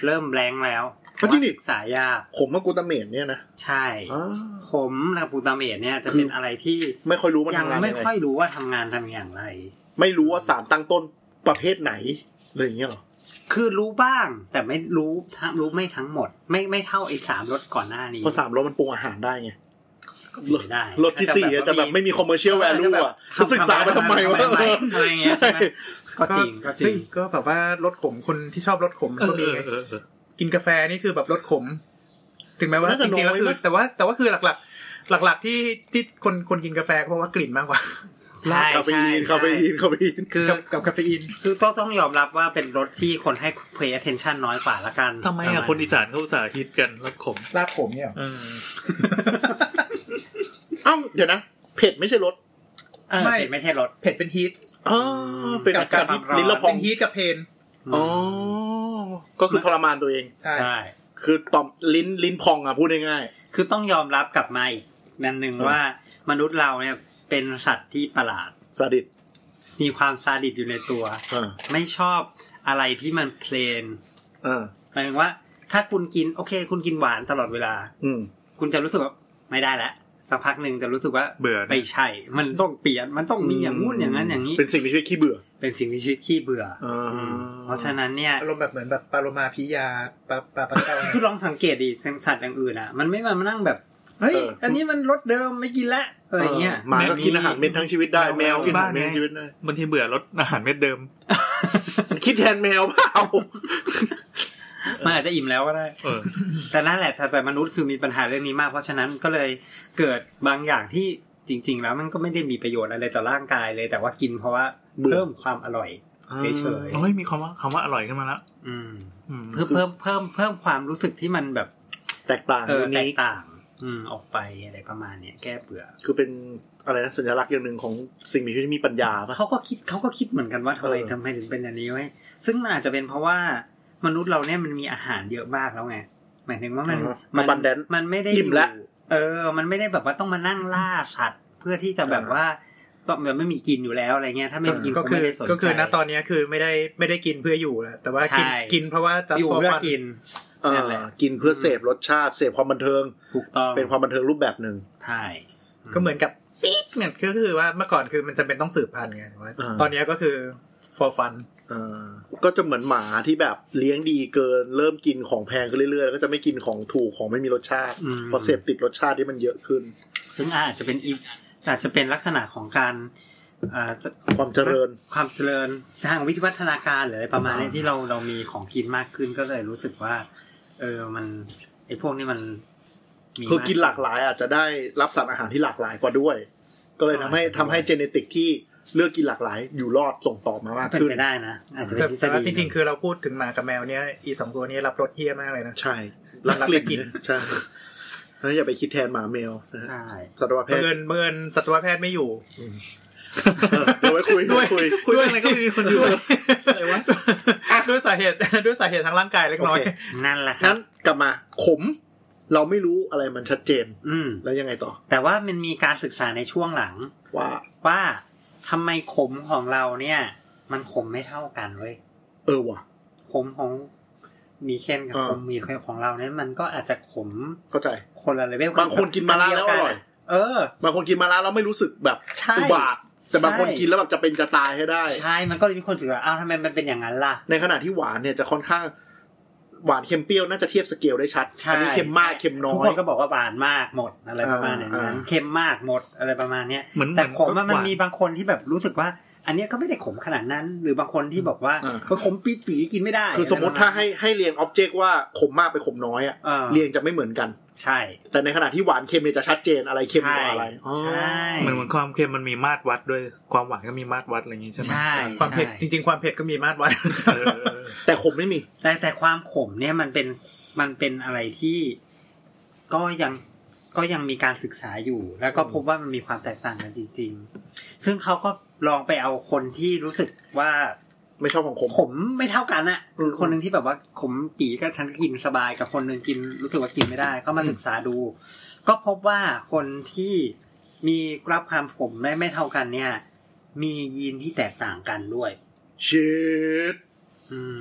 S2: เริ่มแรงแล้ว
S3: เพราะที่นี่
S2: ศึกษายาก
S3: ขมมะกูตาเมนเนี่ยนะ
S2: ใช่
S3: อ้าว
S2: ขมและปูตาเมตเนี่ยจะ
S3: คือ
S2: เป็นอะไรที่
S3: ไม่ค่อยรู้มัน
S2: ยัง
S3: ทำงาน
S2: ไม่
S3: ยังไง
S2: ค่อยรู้ว่าทำงานทำอย่างไร
S3: ไม่รู้ว่าสารตั้งต้นประเภทไหนอะไรอย่างเงี้ยเหรอ
S2: คือรู้บ้างแต่ไม่รู้ทั้งรู้ไม่ทั้งหมด ไม่ไม่เท่าไอ้สามรสก่อนหน้านี้
S3: เพราะสามรสมันปรุงอาหารได้ไง
S2: ก็เป็นไปได้
S3: รถที่สี่อะจะแบบไม่มีคอมเมอร์เชียลแวลูอ่ะจะศึกษามาทำไมวะ
S2: ทำไมอะไรเงี้ยใช่ไหม ก็จริงก็จริ
S4: เฮ้
S2: ง
S4: ยก็แบบว่ารสขมคนที่ชอบรสขมมัน
S1: เอ
S4: ก็
S1: อ
S4: มี
S1: เออ
S4: ไง
S1: เออเออ
S4: กินกาแฟนี่คือแบบรสขม ถึงแม้ว่า
S3: น่า
S4: จ
S3: จะ
S4: ริงๆแล้ว
S3: น้อย
S4: คือ
S3: มั้ย
S4: แต่ว่าแต่ว่าคือหลักๆ หลัก ๆ ที่ที่คนคนกินกาแฟก็เพราะว่ากลิ่นมากกว่า
S2: ใช่
S3: คาเฟ
S2: ใช่
S3: อีนคาเฟอีนคาเฟอีน
S2: คือ
S4: กับกับคาเฟอีน
S2: คือต้องต้องยอมรับว่าเป็นรถที่คนให้ pay attention น้อยกว่าละกัน
S1: ทำไม
S2: ป
S1: อ่ะ
S2: รณ
S1: คนอีสานเขาอุตสาห์ฮิตกันรสขม
S4: ลาบขมเนี่ยหรอ
S1: เออ
S3: เอ้าเดี๋ยวนะ เผ็ดไม่ใช่รส
S2: เออเป็นไม่ใช่รถ
S4: เผ็ดเป็นฮีท
S3: อ๋อเป็นอาการที่ลิ้นเราพอ
S4: เป็
S3: ง
S4: นฮีทกับเพน
S3: อ๋อก็คือทรมานตัวเอง
S4: ใช่
S2: ใช่
S3: คือต่อมลิ้นลิ้นพองอ่ะพูดง่าย
S2: คือต้องยอมรับกลับมาอีกนั่นหนึ่ง
S3: เออ
S2: ว่ามนุษย์เราเนี่ยเป็นสัตว์ที่ประหลาด
S3: ๆซาดิส
S2: มีความซาดิสอยู่ในตัว
S3: อ่า
S2: ไม่ชอบอะไรที่มันเพลน
S3: อ่า
S2: หมายถึงว่า ถ้าคุณกินโอเค คุณกินหวานตลอดเวลา
S3: อืม
S2: คุณจะรู้สึกว่าไม่ได้แล้วสักพักหนึ่งจะรู้สึกว่า
S1: เบื่อนะ
S2: ไม่ใช่ มันต้องเปลี่ยนมันต้องมีอย่างงู้นอย่างนั้นอย่างนี้
S3: เป็นสิ่งมีชีวิตขี้เบื่อ
S2: เป็นสิ่งมีชีวิตขี้เบื่ออ
S3: อ่า
S2: มเพราะฉะนั้นเนี่ย
S4: อารมณ์แบบเหมือนแบบปลาโลมาพิยาปลาปลาปลาเต้า
S2: คือลองสังเกตดิสัตว์อย่างอื่นอ่ะ มันไม่มานั่งแบบ เฮ้ย
S3: เอออั
S2: อันนี้มันรสเดิมไม่กินละอะไรเงี้ย
S3: หมาก็กินอาหารเม็ดทั้งชีวิตได้แมวกินอาหารเม็ดทั้งชีวิตได้
S1: บางทีเบื่อรสอาหารเม็ดเดิม
S3: คิดแทนแมวเปล่า
S2: มันอาจจะอิ่มแล้วก็ได้
S1: เออ
S2: แต่นั่นแหละแต่แต่มนุษย์คือมีปัญหาเรื่องนี้มาก เพราะฉะนั้นก็เลยเกิดบางอย่างที่จริง ๆ แล้วมันก็ไม่ได้มีประโยชน์อะไรต่อร่างกายเลย แต่ว่ากินเพราะว่าเพิ่มความอร่อย เฉย
S1: โอ้ยมีคำว่าคำว่าอร่อยขึ้นมาแล้ว
S2: อืม
S1: อืม
S2: เพิ่มเพิ่มเพิ่มเพิ่มความรู้สึกที่มันแบบ
S3: ๆแตกต่าง
S2: เออ
S3: อัน
S2: แตก
S3: นี้
S2: ต่าง อืมออกไปอะไรประมาณเนี้ยแก้เบื่อ
S3: คือเป็นอะไรนะสัญลักษณ์อย่างหนึ่งของสิ่งมีชีวิตที่มีปัญญาป่ะ
S2: เขาก็คิดเขาก็คิดเหมือนกันว่าทำไม
S3: เออ
S2: ทำไมถึงเป็นอย่างนี้ไว้ยซึ่งมันอาจจะเป็นเพราะว่ามนุษย์เราเนี่ยมันมีอาหารเยอะมากแล้วไงหมายถึงว่ามัน
S3: มั
S2: มัน น
S3: บันแดน
S2: มันไม่ได้
S3: อิ่มละ
S2: อยู่เออ มันไม่ได้แบบว่าต้องมานั่งล่าสัตว์ เพื่อที่จะแบบว่าต้องแบบไม่มีกินอยู่แล้วอะไรเงี้ย ถ้าไม่มีกิน
S4: ก็
S2: ก็
S4: คื
S2: ไม่
S4: อ
S2: ได้สนใจ
S4: ก็คือณตอนเนี้ยคือไม่ได้ไม่ได้กินเพื่ออยู่แหละแต่ว่ากิน
S2: ใช่
S4: กินเพราะว่า just
S2: อยู่
S4: for
S2: เพื่อ
S4: fun
S2: กิน
S3: เอ
S2: นั่
S3: อน
S2: แหละ
S3: กินเพื่อเสพรสชาติเสพความบันเทิง
S2: ถูกต้อง
S3: เป็นความบันเทิงรูปแบบหนึ่ง
S2: ใช่
S4: ก็เหมือนกับซีดเนี่ยก็คือว่าเมื่อก่อนคือมันจำเป็นต้องสืบพันธุ์ไงแต่ว่า
S3: อ่า
S4: ตอนเนี้ยก็คือ for fun
S3: เออก็จะเหมือนหมาที่แบบเลี้ยงดีเกิน เริ่มกินของแพงขึ้นเรื่อยๆแล้วก็จะไม่กินของถูกของไม่มีรสชาติ
S2: อืม
S3: เพอเสพติดรสชาติที่มันเยอะขึ้น
S2: ซึ่งอาจจะเป็นอีอาจจะเป็นลักษณะของการอ่าจะ
S3: ความเจริญ
S2: ความเจริญทางวิวัฒนาการหรืออะไรประมาณเนี้ย
S3: อ่า
S2: ที่เราเรามีของกินมากขึ้นก็เลยรู้สึกว่า เออมันไอ้พวกนี้มันมี
S3: คือกินหลาก
S2: ม
S3: หลายอาจจะได้รับสารอาหารที่หลากหลายกว่าด้วย ก็เลยทำให้
S2: ใช่
S3: ทำให้เจเนติกที่เลือกกินหลากหลาย อยู่รอดส่งต่อมามาก
S2: เป็น
S3: ขึ้น
S2: ไปได้นะอาจจะเป็น
S4: แต่
S2: ทฤษ
S4: แต่ว่า
S2: ฎี
S4: จริงๆ คือเราพูดถึงหมากับแมวเนี่ยอีสองตัวนี้รับรสเฮี้ยมากเลยนะ
S3: ใช่
S4: รั
S3: รั
S4: ก
S3: ก
S4: รัก
S3: กลิ่น
S4: จะกิน
S3: ใช่เพราะฉะนั้นอย่าไปคิดแทนหมาแมวนะฮะ
S2: ใช่
S3: สัตวแพทย์
S4: เมินเมินสัตวแพทย์ไม่อยู่
S3: เออเดี๋ยวไว้คุยเดี๋ยวไว้คุย
S1: คุยอะไรก็ไม่มีคนอยู่
S4: อะไรวะด้วยสาเหตุ ด้วยสาเหตุทางร่างกายเล็กน้อย
S3: โอเค
S2: นั่นแหละครั
S3: งั้
S2: บ
S3: นกลับมาขม เราไม่รู้อะไรมันชัดเจน
S2: อืม
S3: แล้วยังไงต่อ
S2: แต่ว่ามันมีการศึกษาในช่วงหลัง
S3: ว่า
S2: ว่าทำไมขมของเราเนี่ย มันขมไม่เท่ากันเว้ย
S3: เออว่ะ
S2: ขมของมีเคนกับ
S3: อ่า
S2: ขมมีเคของเราเนี่ยมันก็อาจจะขม
S3: เข้าใจ
S2: คนละเลเวล
S3: บางคนกินมาล่าแล้วอร่อย
S2: เออ
S3: บางคนกินมาแล้วเราไม่รู้สึกแบบ
S2: ใช่
S3: อุบาทแต่บางคน
S2: ใช่
S3: กินแล้วแบบจะเป็นจะตายให้ได้
S2: ใช่มันก็เลยมีคนรู้สึกว่าอ้าวทำไมมันเป็นอย่างนั้นล่ะ
S3: ในขณะที่หวานเนี่ยจะค่อนข้าง หวานเค็มเปรี้ยวน่าจะเทียบสเกลได้ชัด
S2: ใช่
S3: อันี้เค็มมากเค็มน้อ
S2: ทุก
S3: ย
S2: คนก็บอกว่าหวานมากหมดอะไรประมาณอย่างนั้น
S3: อ่า
S2: เค็มมากหมดอะไรประมาณเนี้ย
S1: เหมือน
S2: แต่
S1: เห
S2: ขมอะ
S1: ห
S2: มัน
S1: วา
S2: มีบางคนที่แบบรู้สึกว่า อันเนี้ยก็ไม่ได้ขมขนาดนั้น หรือบางคนที่บอกว่า
S3: อ่า
S2: เออขมปีปีๆกินไม่ได้
S3: คือสมมติถ้าให้ให้เรียงอ็อบเจกต์ว่าขมมากไปขมน้อยอะ
S2: เออ
S3: เรียงจะไม่เหมือนกัน
S2: ใช่
S3: แต่ในขณะที่หวานเค็มเนี่ยจะชัดเจนอะไรเค็มกว่าอะไรอ๋อ
S2: ใช่
S1: เหมือนเหมือนความเค็มมันมีมาตรวัดด้วยความหวานก็มีมาตรวัดอะไรอย่างงี้ใช่ไหม
S2: ใช่
S4: ความเผ็ด
S2: ใช่
S4: จริง ๆ ความเผ็ดก็มีมาตรวัด
S1: เออเออเออ
S2: [laughs]
S3: แต่ขมไม่มี
S2: แต่แต่ความขมเนี่ยมันเป็นมันเป็นอะไรที่ก็ยังก็ยังมีการศึกษาอยู่ แล้วก็พบว่ามันมีความแตกต่างกันจริง ๆ ซึ่งเขาก็ลองไปเอาคนที่รู้สึกว่า
S3: ไม่ชอบของขม
S2: ขมไม่เท่ากันอะ
S3: อืม
S2: คนหนึ่งที่แบบว่าขมปีก็ทันกินสบายกับคนหนึ่งกินรู้สึกว่ากินไม่ได้ ก็มาศึกษาดู ก็พบว่าคนที่มีกรับความขมได้ไม่เท่ากันเนี่ย มียีนที่แตกต่างกันด้วย
S3: เชิด
S2: อืม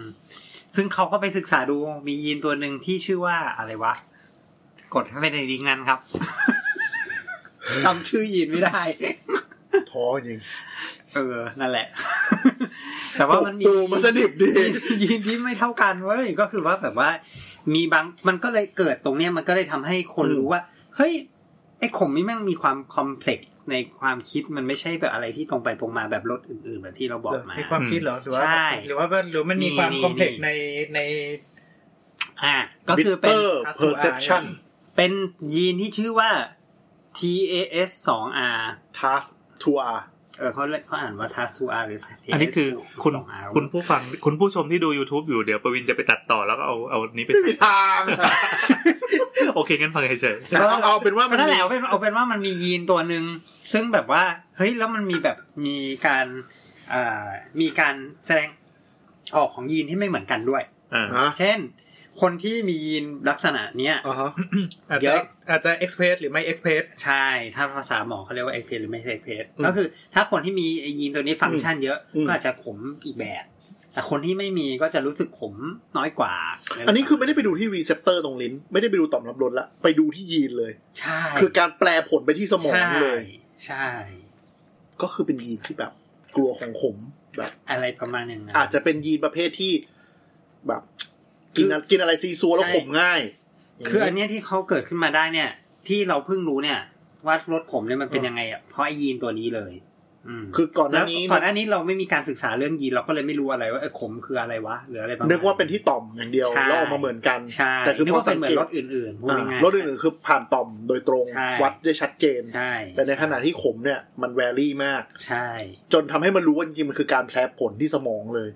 S2: ซึ่งเขาก็ไปศึกษาดูมียีนตัวหนึ่งที่ชื่อว่าอะไรวะ กดไม่ในลิงก์นั้นครับ จำชื่อยีนไม่ได้
S3: ท้อจริง
S2: เออ นั่นแหละ
S3: [laughs]
S2: แต่ว่ามันมี
S3: ปูมันสนิบดี
S2: ยีนที่ไม่เท่ากันเว้ยก็คือว่าแบบว่า มีบางมันก็เลยเกิดตรงเนี้ยมันก็เลยทำให้คนรู้ว่า เฮ้ย ไอ้ขมนี่แม่งมีความคอมเพล็กซ์ในความคิดมันไม่ใช่แบบอะไรที่ตรงไปตรงมาแบบรถอื่นๆแบบที่เราบอกมา
S4: มีความคิดเหรอหรือว่า
S2: ใช่
S4: หรือว่าหรือมันมี
S2: มี
S4: ความ
S2: มี
S4: คอมเพล็ก
S2: มี
S4: ในใน
S2: อ่าก็คือเป็น
S3: Bitter
S4: Custom
S3: perception
S2: เป็นยีนที่ชื่อว่า TAS 2 R
S3: task tour
S2: เออเขาเรียกเขาอ่านว่า TAS 2 R หรือ TAS
S1: อันนี้คือคุณ
S2: 2 R
S1: คุณผู้ฟังคุณผู้ชมที่ดู YouTube อยู่เดี๋ยวประวินจะไปตัดต่อแล้วก็เอาเอานี้ไป
S3: ไม่มีทาง
S1: [laughs] โอเคงั้นฟังเฉย
S3: เอาเอาเป็นว่า
S2: ก็
S3: มัน
S2: นั่นแห
S3: มี
S2: ละเอาเป็นเอาเป็นว่ามันมียีนตัวหนึ่งซึ่งแบบว่า เฮ้ยแล้วมันมีแบบมีการอ่ามีการแสดงออกของยีนที่ไม่เหมือนกันด้วย
S1: ๆอ่า
S3: อ่ะ
S2: เช่น คนที่มียีนลักษณะเนี้ย
S3: อ่าฮะ
S4: อาจ
S2: เย
S4: จะ
S2: อะ
S4: อาจจะเอ็กเพรสหรือไม่เอ็กเพรส
S2: ใช่ ถ้าภาษาหมอเขาเรียกว่าเอ็กเพรสหรือไม่เอ็กเพรส
S3: อืม
S2: ก็คือ ถ้าคนที่มีไอ้ยีนตัวนี้ฟังก์ชันเยอะ
S3: อืม
S2: ก็อาจจะขมอีกแบบ แต่คนที่ไม่มีก็จะรู้สึกขมน้อยกว่า
S3: อันนี้คือไม่ได้ไปดูที่รีเซพเตอร์ตรงลิ้น ไม่ได้ไปดูต่อมรับรสละ ไปดูที่ยีนเลย
S2: ใช่
S3: คือการแปลผลไปที่สมองเลย
S2: ใช่ใช่
S3: ก็คือเป็นยีนที่แบบ กลัวของขมแบบ
S2: อะไรประมาณอย่างนั้น
S3: อาจจะเป็นยีนประเภทที่แบบ กินอะกินอะไรซีซัวแล้วขมง่าย
S2: คืออันเนี้ยที่เขาเกิดขึ้นมาได้เนี่ย ที่เราเพิ่งรู้เนี่ย ว่ารถขมเนี่ยมันเป็นยังไงอ่ะเพราะไอยีนตัวนี้เลย อืม
S3: คือก่อนห
S2: แล้ว
S3: น้านี้
S2: ก่อนหน้านี้เราไม่มีการศึกษาเรื่องยีนเราก็เลยไม่รู้อะไรว่าเออขมคืออะไรวะหรืออะไรประมาณ
S3: นึกว่าเป็นที่ต่อมอย่างเดียว
S2: ใช่
S3: แล้วออกมาเหมือนกัน
S2: ใช่
S3: แต่คือ
S2: นึก
S3: พอ
S2: ว่าเป็
S3: สั
S2: น
S3: ง
S2: เหมือ
S3: เก
S2: น
S3: ต
S2: รถอื่นๆพูด
S3: อ่า
S2: ง่าย
S3: รถอื่นๆคือผ่านต่อมโดยตรง
S2: ใช่
S3: วัดได้ชัดเจน
S2: ๆใช่
S3: แต่ในขณะที่ขมเนี่ย มันแวรี่มาก
S2: ใช่
S3: จนทำให้มันรู้ว่าจริงๆมันคือการแพ้ผลที่สมองเลย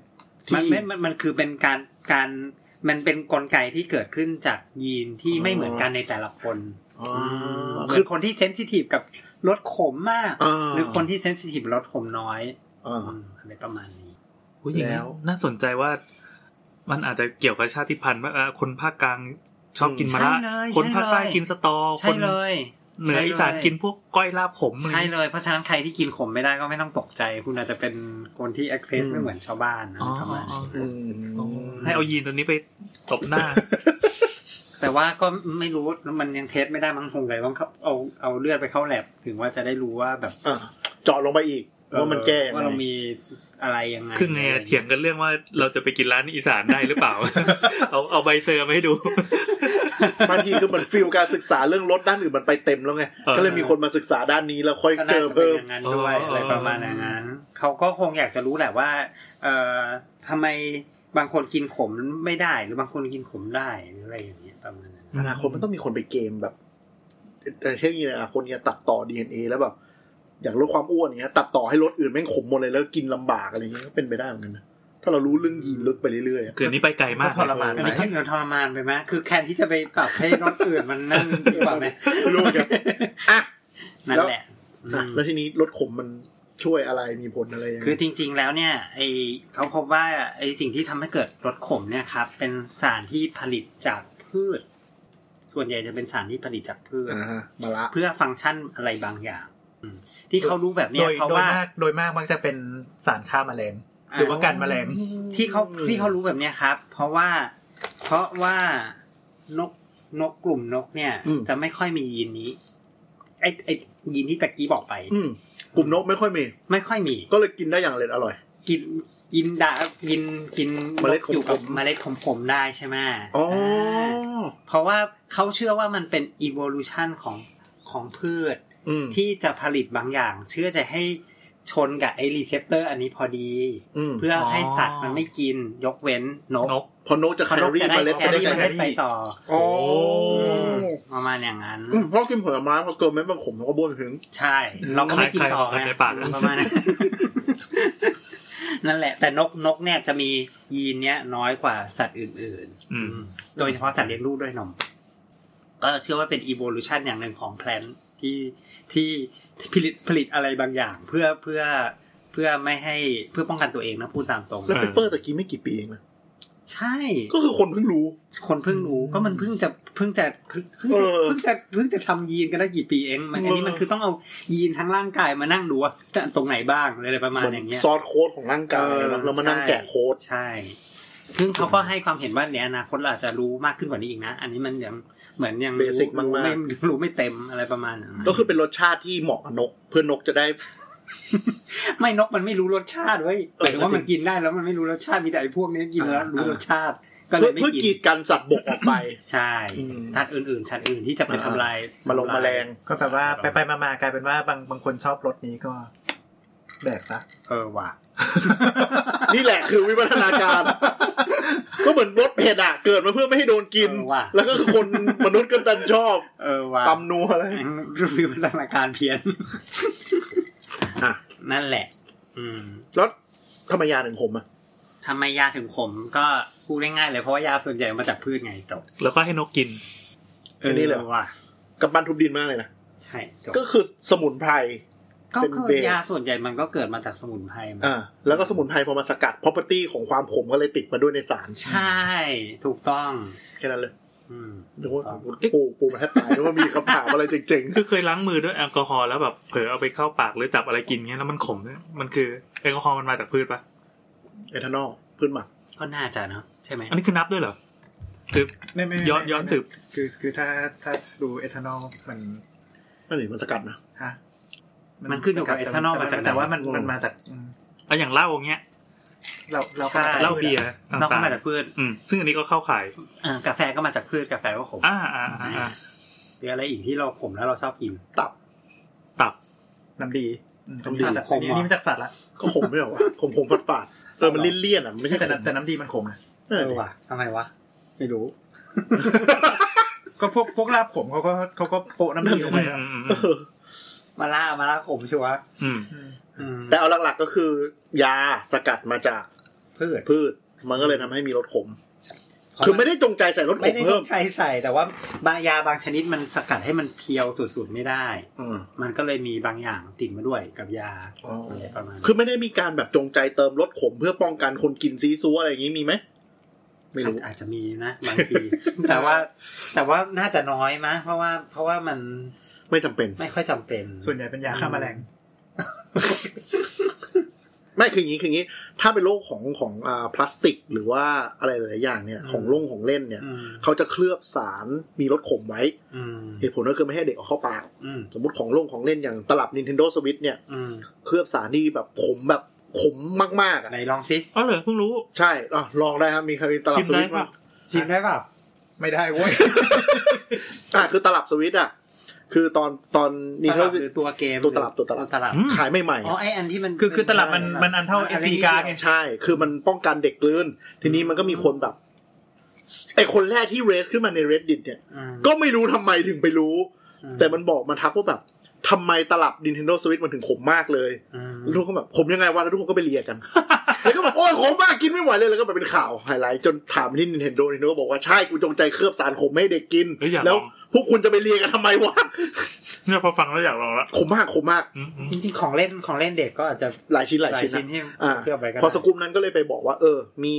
S2: มั
S3: ที่
S2: นไม่มันมันคือเป็นการการมันเป็นกลไกที่เกิดขึ้นจากยีนที่
S3: อ๋อ
S2: ไม่เหมือนกันในแต่ละคน
S3: อ๋อ
S2: ม
S3: คื
S2: คือ อคนที่เซนซิทีฟกับรถขมมาก
S3: อ่า
S2: หรือคนที่เซนซิทีฟรถขมน้อย
S3: อ่า
S2: อืมอะไรประมาณนี้
S1: ผู้หญิง
S3: แล้
S1: นี้
S3: ว
S1: น่าสนใจว่า มันอาจจะเกี่ยวกับชาติพันธุ์ว่าเอ่อคนภาคกลางชอบกินมะระ
S2: ใช่เลย
S1: คนภาคใต้
S2: ใช่เลย
S1: กินสตอค
S2: ใช่
S1: น
S2: เลย
S1: เหนืออีสานกินพวกก้อยลาบขมอะไร
S2: ใช่
S1: อย่างเงี้ย
S2: เลย เพราะฉะนั้นใครที่กินขมไม่ได้ก็ไม่ต้องตกใจ คุณอาจจะเป็นคนที่แอคเฟส
S3: อืม
S2: ไม่เหมือนชาวบ้านนะ
S1: อ๋อ
S2: ประมาณนี้
S3: อืม
S1: ให้เอายีนตัวนี้ไปตบห
S2: [laughs]
S1: น้า
S2: แต่ว่าก็ไม่รู้มันยังเทสไม่ได้มั้งคงเลยต้องเข้าเอาเอาเลือดไปเข้าแลบถึงว่าจะได้รู้ว่าแบบ
S3: อ่ะเจาะลงไปอีกว่ามันแก้ยังไง
S2: ว่าเรามีอะไรยังไง
S1: คือไงอะเถียงกันเรื่องว่าเราจะไปกินร้านอีสานได้หรือเป
S2: [laughs]
S1: ล่า เอาเอาใบเซอร์มาให้ดู
S3: บางทีคือเหมือนฟิลการศึกษาเรื่องรถด้านอื่นมันไปเต็มแล้วไง
S1: เออ
S3: ก็เลยมีคนมาศึกษาด้านนี้แล้วค่อย
S2: ก็
S3: เจ
S2: น่า
S3: อ
S2: จะเป็น
S3: เพิ่ม
S2: อย่างนั้นด้วย
S1: เอออ
S2: อะไรประมาณอย่างนั้นเขาก็คงอยากจะรู้แหละว่า เอ่อทำไมบางคนกินขมไม่ได้ หรือบางคนกินขมได้หรืออะไรอย่างเงี้ยประมาณนั้น
S1: อืม
S3: อนาคตมันต้องมีคนไปเกมแบบเอ่อเทคโนโลยีในอนาคตเนี่ยตัดต่อ DNA แล้วแบบอยากลดความอ้วนอย่างเงี้ย ตัดต่อให้รถอื่นแม่งขมหมดเลยแล้วกินลำบากอะไรเงี้ยก็เป็นไปได้เหมือนกันนะถ้าเรารู้เรื่องยีนลึกไปเรื่อยๆอะ
S1: เกินนี้ไปไกลมาก
S4: ทรมาน
S2: อัน
S4: ไหม
S2: นี้คือเราทรมานไปไหมคือแคนที่จะไปปรับให้รถอื่นมันนั่นดีกว่าไหม
S3: ไม่รู้เหมือนกันอ่ะ
S2: นั่นแหละ
S3: อ่ะ
S2: อืม
S3: แล้วทีนี้รถขมมันช่วยอะไรมีผลอะไรยังไง
S2: คือจริง ๆ แล้วเนี่ยไอเขาพบว่าไอสิ่งที่ทำให้เกิดรถขมเนี่ยครับ เป็นสารที่ผลิตจากพืช ส่วนใหญ่จะเป็นสารที่ผลิตจากพืช
S3: อ่ามาละ
S2: เพื่อฟังก์ชันอะไรบางอย่างอืมที่เขารู้แบบเนี้
S4: โด
S2: ย
S4: ย
S2: เพราะ
S4: โดย
S2: ว่า
S4: มากโดยมากมันจะเป็นสารฆ่าแมลง
S2: อ่า
S4: หรือว่ากันแมลง
S2: ที่เขาที่เขารู้แบบเนี้ยครับ เพราะว่า เพราะว่านกนกกลุ่มนกเนี่ย
S3: อืม
S2: จะไม่ค่อยมียีนนี้ไอไอยีนที่ตะกี้บอกไป
S3: อืมกลุ่มนกไม่ค่อยมี
S2: ไม่ค่อยมี
S3: ก็เลยกินได้อย่างเล็ดอร่อย
S2: กินกินดากินกิน
S3: เมล็ดขมๆ
S2: อยู่กับเมล็ดขมๆได้ใช่ไหม
S3: อ๋อ
S2: เพราะว่าเขาเชื่อว่ามันเป็น evolution ของของพืช
S3: อืม
S2: ที่จะผลิตบางอย่าง เชื่อจะให้ชนกับไอรีเซพเตอร์อันนี้พอดี
S3: อืม
S2: เพื่อให้สัตว์มันไม่กินยกเว้นนก
S1: นก
S3: พอนกจะ
S2: เขา
S3: แค
S2: นก
S3: รี่
S2: จะได้
S3: เมล็ด
S2: แค
S3: ไปได้
S2: รี่
S3: ไง
S2: มันได้ไปต่อ
S3: อ๋อ
S2: ประมาณอย่างนั้น
S3: อืมเพราะกินผลไม้พอเกินเม็ดมันขมมันก็บ้วนไปถึง
S2: ใช่ เราก็ไม่กินต่อ
S1: คล้ายๆ
S2: ไง
S1: ในปากอะ
S2: ประมาณนั้นนั่นแหละ แต่นกนกเนี่ยจะมียีนเนี้ยน้อยกว่าสัตว์อื่น
S1: อืม
S2: ๆ โดยเฉพาะสัตว์เลี้ยงลูกด้วยนม ก็เชื่อว่าเป็น evolution อย่างหนึ่งของแพลนที่ที่ผลิตผลิตอะไรบางอย่าง เพื่อเพื่อเพื่อไม่ให้เพื่อป้องกันตัวเองนะพูดตามตรง
S3: แล้ว
S1: เออ
S3: เปเปอร์ตะกี้ไม่กี่ปีเองนะ
S2: ใช่
S3: ก็คือคนเพิ่งรู้
S2: คนเพิ่งรู้ก็มันเพิ่งจะเพิ่งจะเพิ่งจะ
S3: เออ
S2: เพิ่งจะเพิ่งจะทำยีนกันได้กี่ปีเองมันอันนี้มันคือต้องเอายีนทั้งร่างกายมานั่งดูว่าจะตรงไหนบ้างอะไรประมาณ
S3: เหมือน
S2: อย่างเงี้ย
S3: ซอสโค้ดของร่างกาย
S2: เออ
S3: แล้วมานั่งแกะโค้ด
S2: ใช่ ซึ่งเขาก็ให้ความเห็นว่าในอนาคตเราอาจจะรู้มากขึ้นกว่านี้อีกนะ อันนี้มันยังเหมือนยัง
S3: เบสิก
S2: รู้
S3: มาก
S2: ไม่รู้ไม่เต็มอะไรประมาณนั้น
S3: ๆก็คือเป็นรสชาติที่เหมาะกับนก เพื่อนนกจะได้
S2: ไม่นกมันไม่รู้รสชาติเว้ย
S3: เออ
S2: แต่ว่ามันกินได้แล้วมันไม่รู้รสชาติมีแต่ไอ้พวกเนี้ยกินแล้ว
S3: อ่ารู้
S2: รู้รสชาติ ก็เล
S3: เพื่อย
S2: ไม่
S3: เพื่อ
S2: กิ
S3: กี
S2: น
S3: ดกันสัตว์บกออกไป
S2: ใช่
S3: อืม
S2: สัตว์อื่นๆสัตว์อื่นที่จะไปทำลาย
S3: มาลงแมาแรง
S4: ก็แบบว่าไปไปๆมาๆกลายเป็นว่าบางบางคนชอบรถนี้ก็แดกซะ
S2: เออว่ะ
S3: นี่แหละคือวิวัฒนาการ ก็เหมือนรถเผ็ดอะเกิดมาเพื่อไม่ให้โดนกิน
S2: เออว่ะ
S3: แล้วก็คนมนุษย์ก็ดันชอบ
S2: เออว่ะ
S3: ตำนัวเลย
S2: แม่ง [laughs] วิวัฒนาการเพี้ยน
S3: อ่ะ
S2: นั่นแหละ อืม
S3: แล้วทำไมยาถึงขมอะ
S2: ทำไมยาถึงขมก็พูดง่ายๆเลยเพราะว่ายาส่วนใหญ่มาจากพืชไงจบ
S1: แล้วก็ให้นกกิน
S3: แค่นี้เลยเหรอ
S2: ว่ะ
S3: กับบ้านทุบดินมากเลยนะ
S2: ใช่จบ
S3: ก็คือสมุนไพร
S2: ก็
S3: เป็น
S2: คือ
S3: เบส
S2: ยาส่วนใหญ่มันก็เกิดมาจากสมุนไพรมา
S3: อ่าแล้วก็สมุนไพรพอมาสกัด property ของความขมก็เลยติดมาด้วยในสาร
S2: ใช่ถูกต้อง
S3: แค่นั้นเลย
S2: อืม
S3: นึกว่าปูปูมาแทบตายนึกว่ามีคำถามอะไรเจ๋ง
S1: คือเคยล้างมือด้วยแอลกอฮอล์แล้วแบบเผลอเอาไปเข้าปากหรือจับอะไรกินเงี้ยแล้วมันขมเนี่ยมันคือแอลกอฮอล์มันมาจากพืชปะ
S3: ๆเอทานอลพืชหมัก
S2: ก็น่าจะเนอะใช่ไหม
S1: อันนี้คือนับด้วยเหรอคือ
S4: ไม่ไม่ไม่
S1: ย้อนย้อนสืบ
S4: คือคือถ้าถ้าดูเอทานอลมัน
S3: นั่นนี่มันสกัดนะ
S4: ฮะ
S2: มันขึ้นอยู่กับเอทานอลมาจากไหน
S4: แต่ว่ามัน
S3: อืม
S4: มันมาจากอืม
S1: เอาอย่างเหล้าอย่างเงี้ย
S4: เราเราก็มจก
S1: เหล้าเบียร์ต่
S2: นอกก็
S1: าง
S2: มาจากพืช
S1: ๆอืมซึ่งอันนี้ก็เข้าข่าย
S2: เออกาแฟก็มาจากพืชกาแฟก็ขม
S1: อ่าอ่าอ่าอ่า
S2: หรืออะไรอีกที่เราขมแล้วเราชอบกิน
S3: ตับ
S1: ตับ
S4: น้ำดีอืม
S3: น้ำดี
S4: มาจาก
S2: ขมเหรอ
S4: อันนี่มาจากสัตว์ละ
S3: ก็ขมไม่หรอวะขมขมฝาดฝาดๆเออมันเลี่ยนๆอ่ะมันไม่ใช่
S4: แต่
S3: ขม
S4: น้ำแต่น้ำดีมันขมนะ
S3: เอ
S2: เออ
S3: อว่ะ
S2: ว่ะทำไมวะไม่รู้
S4: ก็พวกพวกลาบขมเขาก็เขาก็โปะน้ำดีลงไปอะ
S1: อืมอืม
S3: เอ
S1: อืม
S3: อ
S2: มาล่ามาล่าขมชัวร์
S1: อืม
S4: อืม
S2: อืม
S3: แต่เอาหลักๆก็คือ ยาสกัดมาจาก
S2: พืช
S3: พืช มันก็เลยทำให้มีรสขม
S2: เพราะ
S3: คือไม่ได้จงใจใส่รสข
S2: ไม่
S3: ม
S2: ได้ต้
S3: เพิ่
S2: อ
S3: ม
S2: งใช้ใส่แต่ว่าบางยาบางชนิดมันสกัดให้มันเพียวสุดๆไม่ได้
S3: อืม
S2: มันก็เลยมีบางอย่างติดมาด้วยกับยาอะไรประมาณนั้น
S3: คือไม่ได้มีการแบบจงใจเติมรสขมเพื่อป้องกันคนกินซีซัวอะไรอย่างนี้มีไหมไม่รู้
S2: อาจอาจจะมีนะบางที [laughs] แต่ว่าแต่ว่าน่าจะน้อยมั้งเพราะว่าเพราะว่ามัน
S3: ไม่จำเป็น
S2: ไม่ค่อยจำเป็น
S4: ส่วนใหญ่เป็นยาฆ่าแมลง
S3: ไม่คืออย่างนี้คืออย่างนี้ ถ้าเป็นโรคของของอ่าพลาสติก หรือว่าอะไรหลายๆอย่างเนี่ย
S2: อืม
S3: ของลงของเล่นเนี่ย
S2: อืม
S3: เขาจะเคลือบสารมีรสขมไว้
S2: อืม
S3: เหตุผลก็คือไม่ให้เด็กเอาเข้าปาก
S2: อืม
S3: สมมติของลงของเล่นอย่างตลับ Nintendo Switch เนี่ย
S2: อืม
S3: เคลือบสารที่แบบขมแบบขมมากๆอ่ะ
S2: ไหนลองซิ
S1: อ๋อเหรอเพิ่งรู้
S3: ใช่อ่ะลองได้ครับมีใครมีตลับ
S1: ชิม
S3: ส
S1: ได้
S3: วิตช์มั้
S1: ปะ
S3: ง
S2: ชิมได้เปล่า
S4: ไม่ได้เว้ย
S3: อ่ะคือตลับสวิตช์อ่ะ คือตอนตอน
S2: ตลับ
S3: Nintendo
S2: หรือตัวเกม
S3: ตัวตลับตัวตลับ
S2: ตลับ
S1: อืม
S3: ขายใหม่ๆ
S2: อ๋อ
S3: อ่ะ
S2: ไออันที่มัน
S4: คือคือตลับมัน
S2: เป็
S4: มันอันเท่า SD
S2: ล็กๆ
S4: card ไง
S3: ใช่ คือมันป้องกันเด็กกลืนทีนี้มันก็มีคนแบบไอคนแรกที่เรสขึ้นมาใน reddit เนี่ย
S2: อืม
S3: ก็ไม่รู้ทำไมถึงไปรู้
S2: อื
S3: แต่มันบอกมาทักว่าแบบทำไมตลับ Nintendo Switch มันถึงขมมากเลย
S2: อืม
S3: แล้วทุกคนก็แบบขมยังไงวะแล้วทุกคนก็ไปเลียกัน แล้วก็แบบโอ้ยขมมากกินไม่ไหวเลยแล้วก็แบบเป็นข่าวไฮไลท์จนถามที่ Nintendo Nintendo ก็บอกว่าใช่กูจงใจเคลือบสารขมไม่ให้เด็กกิน
S1: เฮ้ยอย่าลอง
S3: แล้วพวกคุณจะไปเลียกันทำไมวะ
S1: เนี่ยพอฟังแล้วอยากลองละ
S3: ขมมากขมมาก
S1: อืมอืม
S2: จริงๆของเล่นของเล่นเด็กก็อาจจะ
S3: หลายชิ้นหลาย
S2: หลาย
S3: ชิ้น
S2: ชิ้น
S3: นะ
S2: ที่
S3: อ่า
S2: เคลือบไปก็ได้
S3: พอสกุมนั้นก็เลยไปบอกว่า เออ มี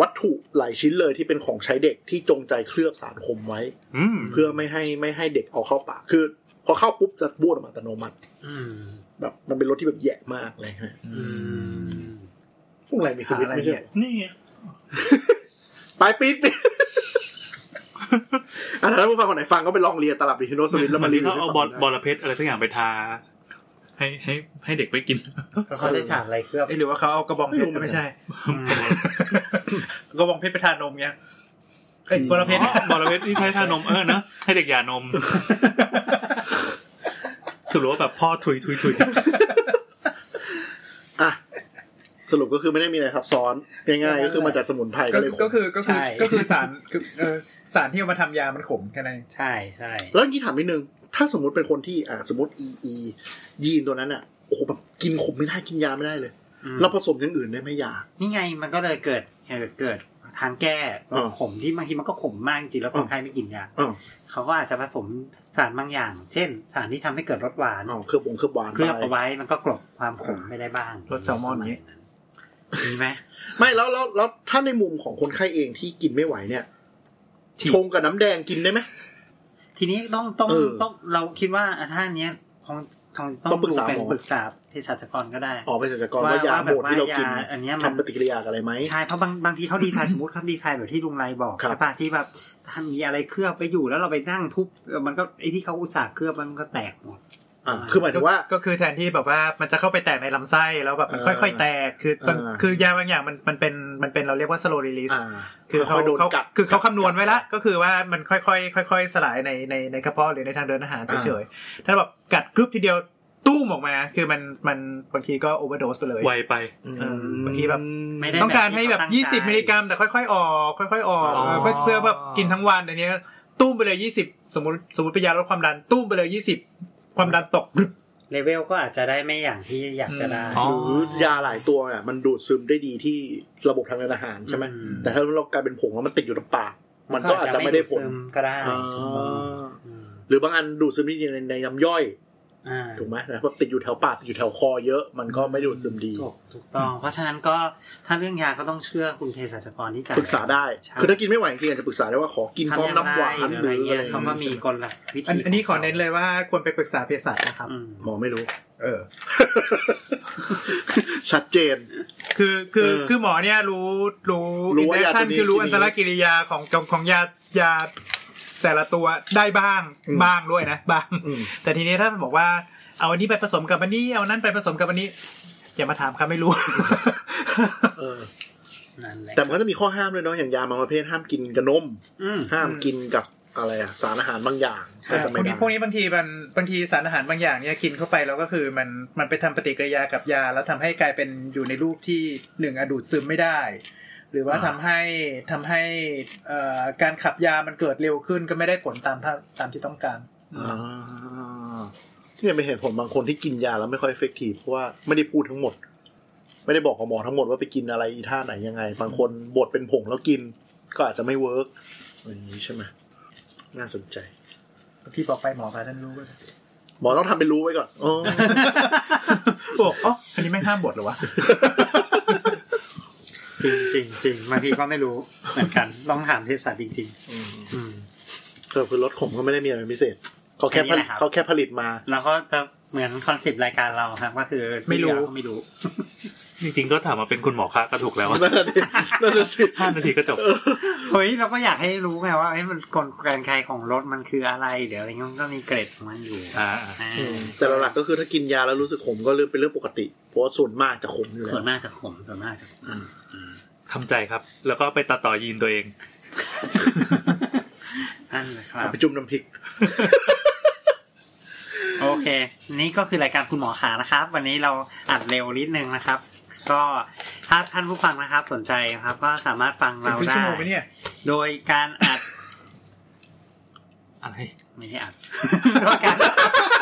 S3: วัตถุหลายชิ้นเลยที่เป็นของใช้เด็กที่จงใจเคลือบสารขมไว้
S1: อืม
S3: เพื่อไม่ให้ไม่ให้เด็กเอาเข้าปากคือ พอเข้าปุ๊บจะบ้วนออกมาอัตโนมัติ
S2: อืม
S3: แบบมันเป็นรถที่แบบแย่มากเลยฮะ
S2: อืม
S3: พวกอะไรมีสวิตช์ไม่ใช่เหรอ
S1: นี่ไง
S3: ปลายปีปิดอันนั้นผู้ฟังคนไหนฟังก็ไปลองเรียนตลับดิทิโนสวิตช์แล้วมันรี
S1: เห
S3: วิ
S1: มือ
S3: วน
S1: ที่เขา
S3: ให้
S1: เอา
S3: ฟัง
S1: บอลบอล
S3: ได้
S1: เพชรอะไรสักอย่างไปทา ให้ให้ให้เด็กไปกิน
S2: แล้วเขาได้ฉาบอะไรเคลือบ
S4: เอ้ยหรือว่าเขาเอากระบองเพชรไม่ใช่
S2: อืม
S4: [laughs] กระบองเพชรไปทานนมเงี้ยเอ้ยบอระเพชร
S1: อ๋อบอระเวทที่ใช้ทานมเออนะให้เด็กหยานมสรุปว่าแบบพ่อถุยถุยถุย
S3: อ่ะสรุปก็คือไม่ได้มีอะไรซับซ้อนง่ายๆก็คือมาจากสมุนไพรก็เลย
S4: ก็
S3: ขม
S4: คือก็คือก็คือสาร [laughs] คือเอ่อสารที่เอามาทำยามันขมแค่นั้นเอง
S2: ใช่ใช่
S3: แล้วนี่ถามนิดนึง ถ้าสมมติเป็นคนที่อ่ะสมมติอีอียีนตัวนั้นอ่ะโอ้โหแบบกินขมไม่ได้กินยาไม่ได้เลย
S2: อืม
S3: เราผสมอย่างอื่นได้ไหมยา
S2: นี่ไงมันก็เลยเกิดเกิดเกิดทางแก้
S3: อ่า
S2: ขมที่บางทีมันก็ขมมากจริงๆแล้วคนไข้ไม่กินยา
S3: อ่า
S2: เขาก็อาจจะผสมสารบางอย่าง เช่น สารที่ทำให้เกิดรสหวาน
S3: อ๋อเคลือบวงเคลือบหวาน
S2: เคลือบเอา
S3: ไป
S2: ไว้มันก็กลบความขมไม่ได้บ้าง
S4: รสแซลมอนอย่างนี้
S2: มีไหม
S3: ไม่แล้วแล้วแล้วถ้าในมุมของคนไข้เองที่กินไม่ไหวเนี่ยชงกับน้ำแดงกินได้ไหม
S2: ทีนี้ต้องต้อง
S3: เออ
S2: ต้องเราคิดว่าอ่ะท่าเนี้ยคงคงต้
S3: ต้
S2: อ
S3: อง งปรึกษา
S2: เป็น
S3: หมอ
S2: ปรึกษาเภสัชกรก็ได้
S3: ออกไปจากกร
S2: ว่า
S3: ว่ายา
S2: ว่า
S3: โบ
S2: แบบ
S3: ดที่เรากิน
S2: ว่ายาอันเนี้ยมัน
S3: ทำปฏิกิริยากับอะไรไหม
S2: ใช่เพราะบางบางทีเขาดีไซน์สมมติเขาดีไซน์แบบที่ลุงไรบอก
S3: ครับ
S2: ใช่ป่ะที่แบบถ้ามีอะไรเคลือบไปอยู่แล้วเราไปนั่งทุบเออมันก็ไอ้ที่เขาอุตส่าห์เคลือบมันก็แตกหมด
S3: อ่าคือหมายถึงว่า
S4: ก็คือแทนที่แบบว่ามันจะเข้าไปแตกในลำไส้แล้วแบบมัน
S3: เออ
S4: ค่อย ๆ แตกคือมัน
S3: เออ
S4: คือยาบางอย่างมันมันเป็นมันเป็นเราเรียกว่า slow release
S3: อ่า
S4: คือเขา
S3: ยๆโดน
S4: เขา
S3: กัด
S4: คือเขาคำนวณไว้ละก็คือว่ามันค่อยๆค่อย ๆ สลายในในในกระเพาะหรือในทางเดินอาหาร
S3: อ่า
S4: เฉยๆถ้าแบบกัดกรึบทีเดียวตู้มออกมา คือมันมันบางทีก็โอเวอร์โดสไปเลย
S1: ไวไป
S4: เออบางทีแบบ
S2: ไม่ได้
S4: ต้องการให้แบ
S2: ที่เขตั้ง
S4: บ 20
S2: ใจ
S4: มิลลิกรัมแต่ค่อยๆ ออก ค่อยๆ ออก
S1: อ๋อ
S4: เพื่อเพื่อแบบกินทั้งวันอันเนี้ยตุ้มไปเลย 20 สมมติสมมติเป็นยาลดความดันตุ้มไปเลย 20 ความดันตก
S2: เลเวลก็อาจจะได้ไม่อย่างที่อยากจะได้
S1: อ๋อ
S3: หรือยาหลายตัวเนี่ยมันดูดซึมได้ดีที่ระบบทางเดินอาหารใช่ไหม
S2: อื
S3: แต่ถ้าเรากลายเป็นผงแล้วมันติดอยู่ในปาก มันก็อาจจะไม่ได้ผล
S2: ซึมก็ได้
S3: อ่า
S2: อืม
S3: หรือบางอันดูดซึมได้ดีในในน้ำย่อย
S2: อ่า
S3: ถูกไหมแล้วก็ติดอยู่แถวปากติดอยู่แถวคอเยอะ มันก็ไม่ดูดซึมดี
S2: ถูกถูกต้อง เพราะฉะนั้นก็ถ้าเรื่องยาก็ต้องเชื่อคุณเภสัชกรที่จ่าย
S3: ปรึกษาได้
S2: ใช่
S3: คือถ้ากินไม่ไหวจริงๆอาจจะปรึกษาได้ว่าขอกินพร้อม
S2: ทำอย่าง
S3: น้ำห
S2: ไร
S3: วาน
S2: อะ
S3: ห
S2: ไร
S3: รือ
S2: เงี้
S3: อะไร
S2: ยเขาก็มีกลวิธี
S4: อันอันนี้ขอเน้นเลยว่าควรไปปรึกษาเภสัชนะครับ
S2: อืม
S3: หมอไม่รู้
S4: เออ
S3: [laughs] ชัดเจน
S4: คือคือ
S3: เออ
S4: คือหมอเนี่ยรู้รู้
S3: รู้
S4: อินเทอย
S3: ว่าา
S4: ร์ชั่น
S3: ตัวนี้
S4: คือรู้
S3: ตัวนี้
S4: อันตรกิริยาของของของยายาแต่ละตัวได้บ้าง
S3: อืม
S4: บ้างด้วยนะบ้าง
S3: อืม
S4: แต่ทีนี้ถ้ามันบอกว่าเอาอันนี้ไปผสมกับอันนี้เอานั้นไปผสมกับอันนี้อย่ามาถามครับไม่รู้
S3: เออ
S2: นั่นแหละ
S3: แต่มันก็จะมีข้อห้ามด้วยเนาะอย่างยาบางประเภทห้ามกินกับนม
S2: อืม
S3: ห้าม
S4: อืม
S3: กินกับอะไรอะสารอาหารบางอย่าง
S4: พ
S3: ก็จะไม่
S4: วก
S3: ได้
S4: นี้พวกนี้บางทีมันบางทีสารอาหารบางอย่างเนี่ยกินเข้าไปแล้วก็คือมันมันไปทำปฏิกิริยากับยา แล้วทำให้กลายเป็นอยู่ในรูปที่หนึ่งอะดูดซึมไม่ได้ หรือว่าทำให้ทำให้เอ่อการขับยามันเกิดเร็วขึ้นก็ไม่ได้ผลตามท่าตามที่ต้องการ
S3: อ่าเนี่ยเป็นเหตุผลบางคนที่กินยาแล้วไม่ค่อยเอฟเฟกตีฟเพราะว่าไม่ได้พูดทั้งหมด ไม่ได้บอกกับหมอทั้งหมดว่าไปกินอะไรอีท่าไหนยังไง บางคนบดเป็นผงแล้วกิน ก็อาจจะไม่เวิร์กอะไรอย่างนี้ใช่ไหมน่าสนใจ
S4: บางทีบอกไปหมอคะท่านรู้ก็ได้
S3: หมอต้องทำเป็นรู้ไว้ก่อน
S2: [laughs]
S3: อ๋อ
S4: บอกอ๋ออันนี้ไม่งห้ามบทเหรอวะ
S2: จริงจริงจริงบางทีก็ไม่รู้เหมือนกันลองถามเภสัชจริง
S3: อืม
S2: ๆ อืม
S3: เออคือรถขมก็ไม่ได้มีอะไรเป็นพิเศษเขาแค่ผลิ
S2: แค่นี้แห
S3: ต
S2: ละครับ
S3: เขาแค่ผลิตมา
S2: แล้วก็จะเหมือนคอนเซปต์รายการเราครับ ก็คือ
S4: ไม่รู้
S2: ไม่รู้
S1: จริงๆก็ถามมาเป็นคุณหมอคะก็ถูกแล้วอะ
S3: นั่นน่ะดินั่นน่ะสิ
S1: ห้านาทีก็จบ
S2: เฮ้ยเราก็อยากให้รู้ไงว่าเอ้ยมันกลไกการคายของรถมันคืออะไร เดี๋ยวอะไรเงี้ยมันก็มีเกร็ดของมันอยู่
S1: อ่า
S2: อ่า
S3: อืมแต่หลักๆก็คือถ้ากินยาแล้วรู้สึกขมก็เรื่องเป็นเรื่องปกติ เพราะว่าส่วนมากจะขมอยู่แล้
S2: ส่ว
S3: วน
S2: มากจะขมส่วนมากจะข [laughs] ม
S1: ทำใจครับ แล้วก็ไปตัดต่อยีนตัวเอง
S2: นั่นแหละครับ
S3: เอาไปจุ่มน้ำพริก
S2: โอเค นี่ก็คือรายการคุณหมอขานะครับ วันนี้เราอัดเร็วนิดนึงนะครับ ก็ถ้าท่านผู้ฟังนะครับสนใจครับ ก็สามารถฟัง
S4: เป็น
S2: เรา
S4: ครึ่ง
S2: ได้
S4: ชั่วโมงไหมเนี่ย
S2: โดยการอัด
S1: อะไร
S2: ไม่ได้ [laughs] อัด โดยการ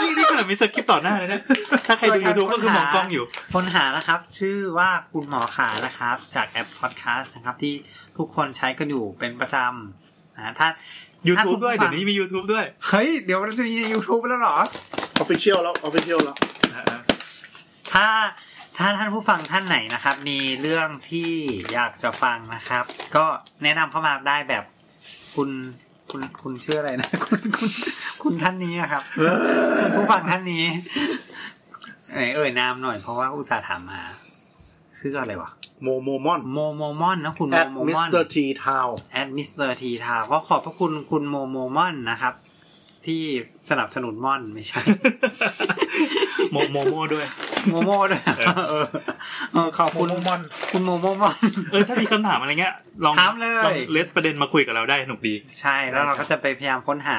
S1: นี่นี่ขนาดมีสคริปต์ต่อหน้าเลยนะถ้าใครดู YouTube ก็คือมองกล้องอยู่
S2: ค้นหานะครับ ชื่อว่าคุณหมอขานะครับ จากแอปพอดแคสต์นะครับ ที่ทุกคนใช้กันอยู่เป็นประจำนะถ้า
S1: YouTube
S2: ถ้า
S1: ด้วย
S2: คุณฟัง
S1: เดี๋ยวนี้มี YouTube ด้วย
S2: เฮ้ย เดี๋ยวเราจะมี YouTube แล้วเหรอ
S3: ออฟฟิเชียลแล้วออฟฟิเชียลแล้ว
S2: ถ้าถ้าท่านผู้ฟังท่านไหนนะครับ มีเรื่องที่อยากจะฟังนะครับ ก็แนะนำเข้ามาได้แบบคุณคุณคุณชื่ออะไรนะ [laughs] คุณคุณคุณท่านนี้อะครับคุณผู้ฟังท่านนี้ไหนเอ่ยนามหน่อยเพราะว่าอุตส่าห์ถามมาชื่ออะไรวะ
S3: โมโมมอน
S2: โมโมมอนนะคุณ
S3: แอ
S2: โม
S3: ด
S2: โม
S3: มิ
S2: ม
S3: ส
S2: อน
S3: เตอร์ทีทาว
S2: แอดมิสเตอร์ทีทาวก็ขอบพระคุณคุณโมโมมอนนะครับ ที่สนับสนุนม่อนไม่ใช่ [laughs]
S1: [laughs] โมโมโมด้วย
S2: โมโมด้วยเออเออขอบคุณ
S4: โมโมมอน
S2: คุณโมโมมอน
S1: เออ ถ้ามีคำถามอะไรเงี้ย ลอง
S2: ถามเลย
S1: องเลสประเด็นมาคุยกับเราได้สนุกดี
S2: ใช่แล้วเราก็จะไปพยายามค้นหา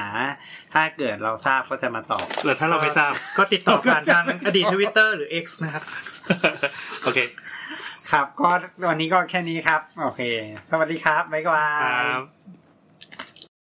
S2: ถ้าเกิดเราทราบก็จะมาตอบ
S1: แล้วถ้าเราไม่ทราบ [laughs]
S4: ก็ติดต่อผ่านทางอดีตทวิตเตอร์หรือ X นะครับ
S1: โอเค
S2: ครับ ก็วันนี้ก็แค่นี้ครับ โอเค สวัสดีครับบ๊ายบา
S1: ครั
S2: ย
S1: บ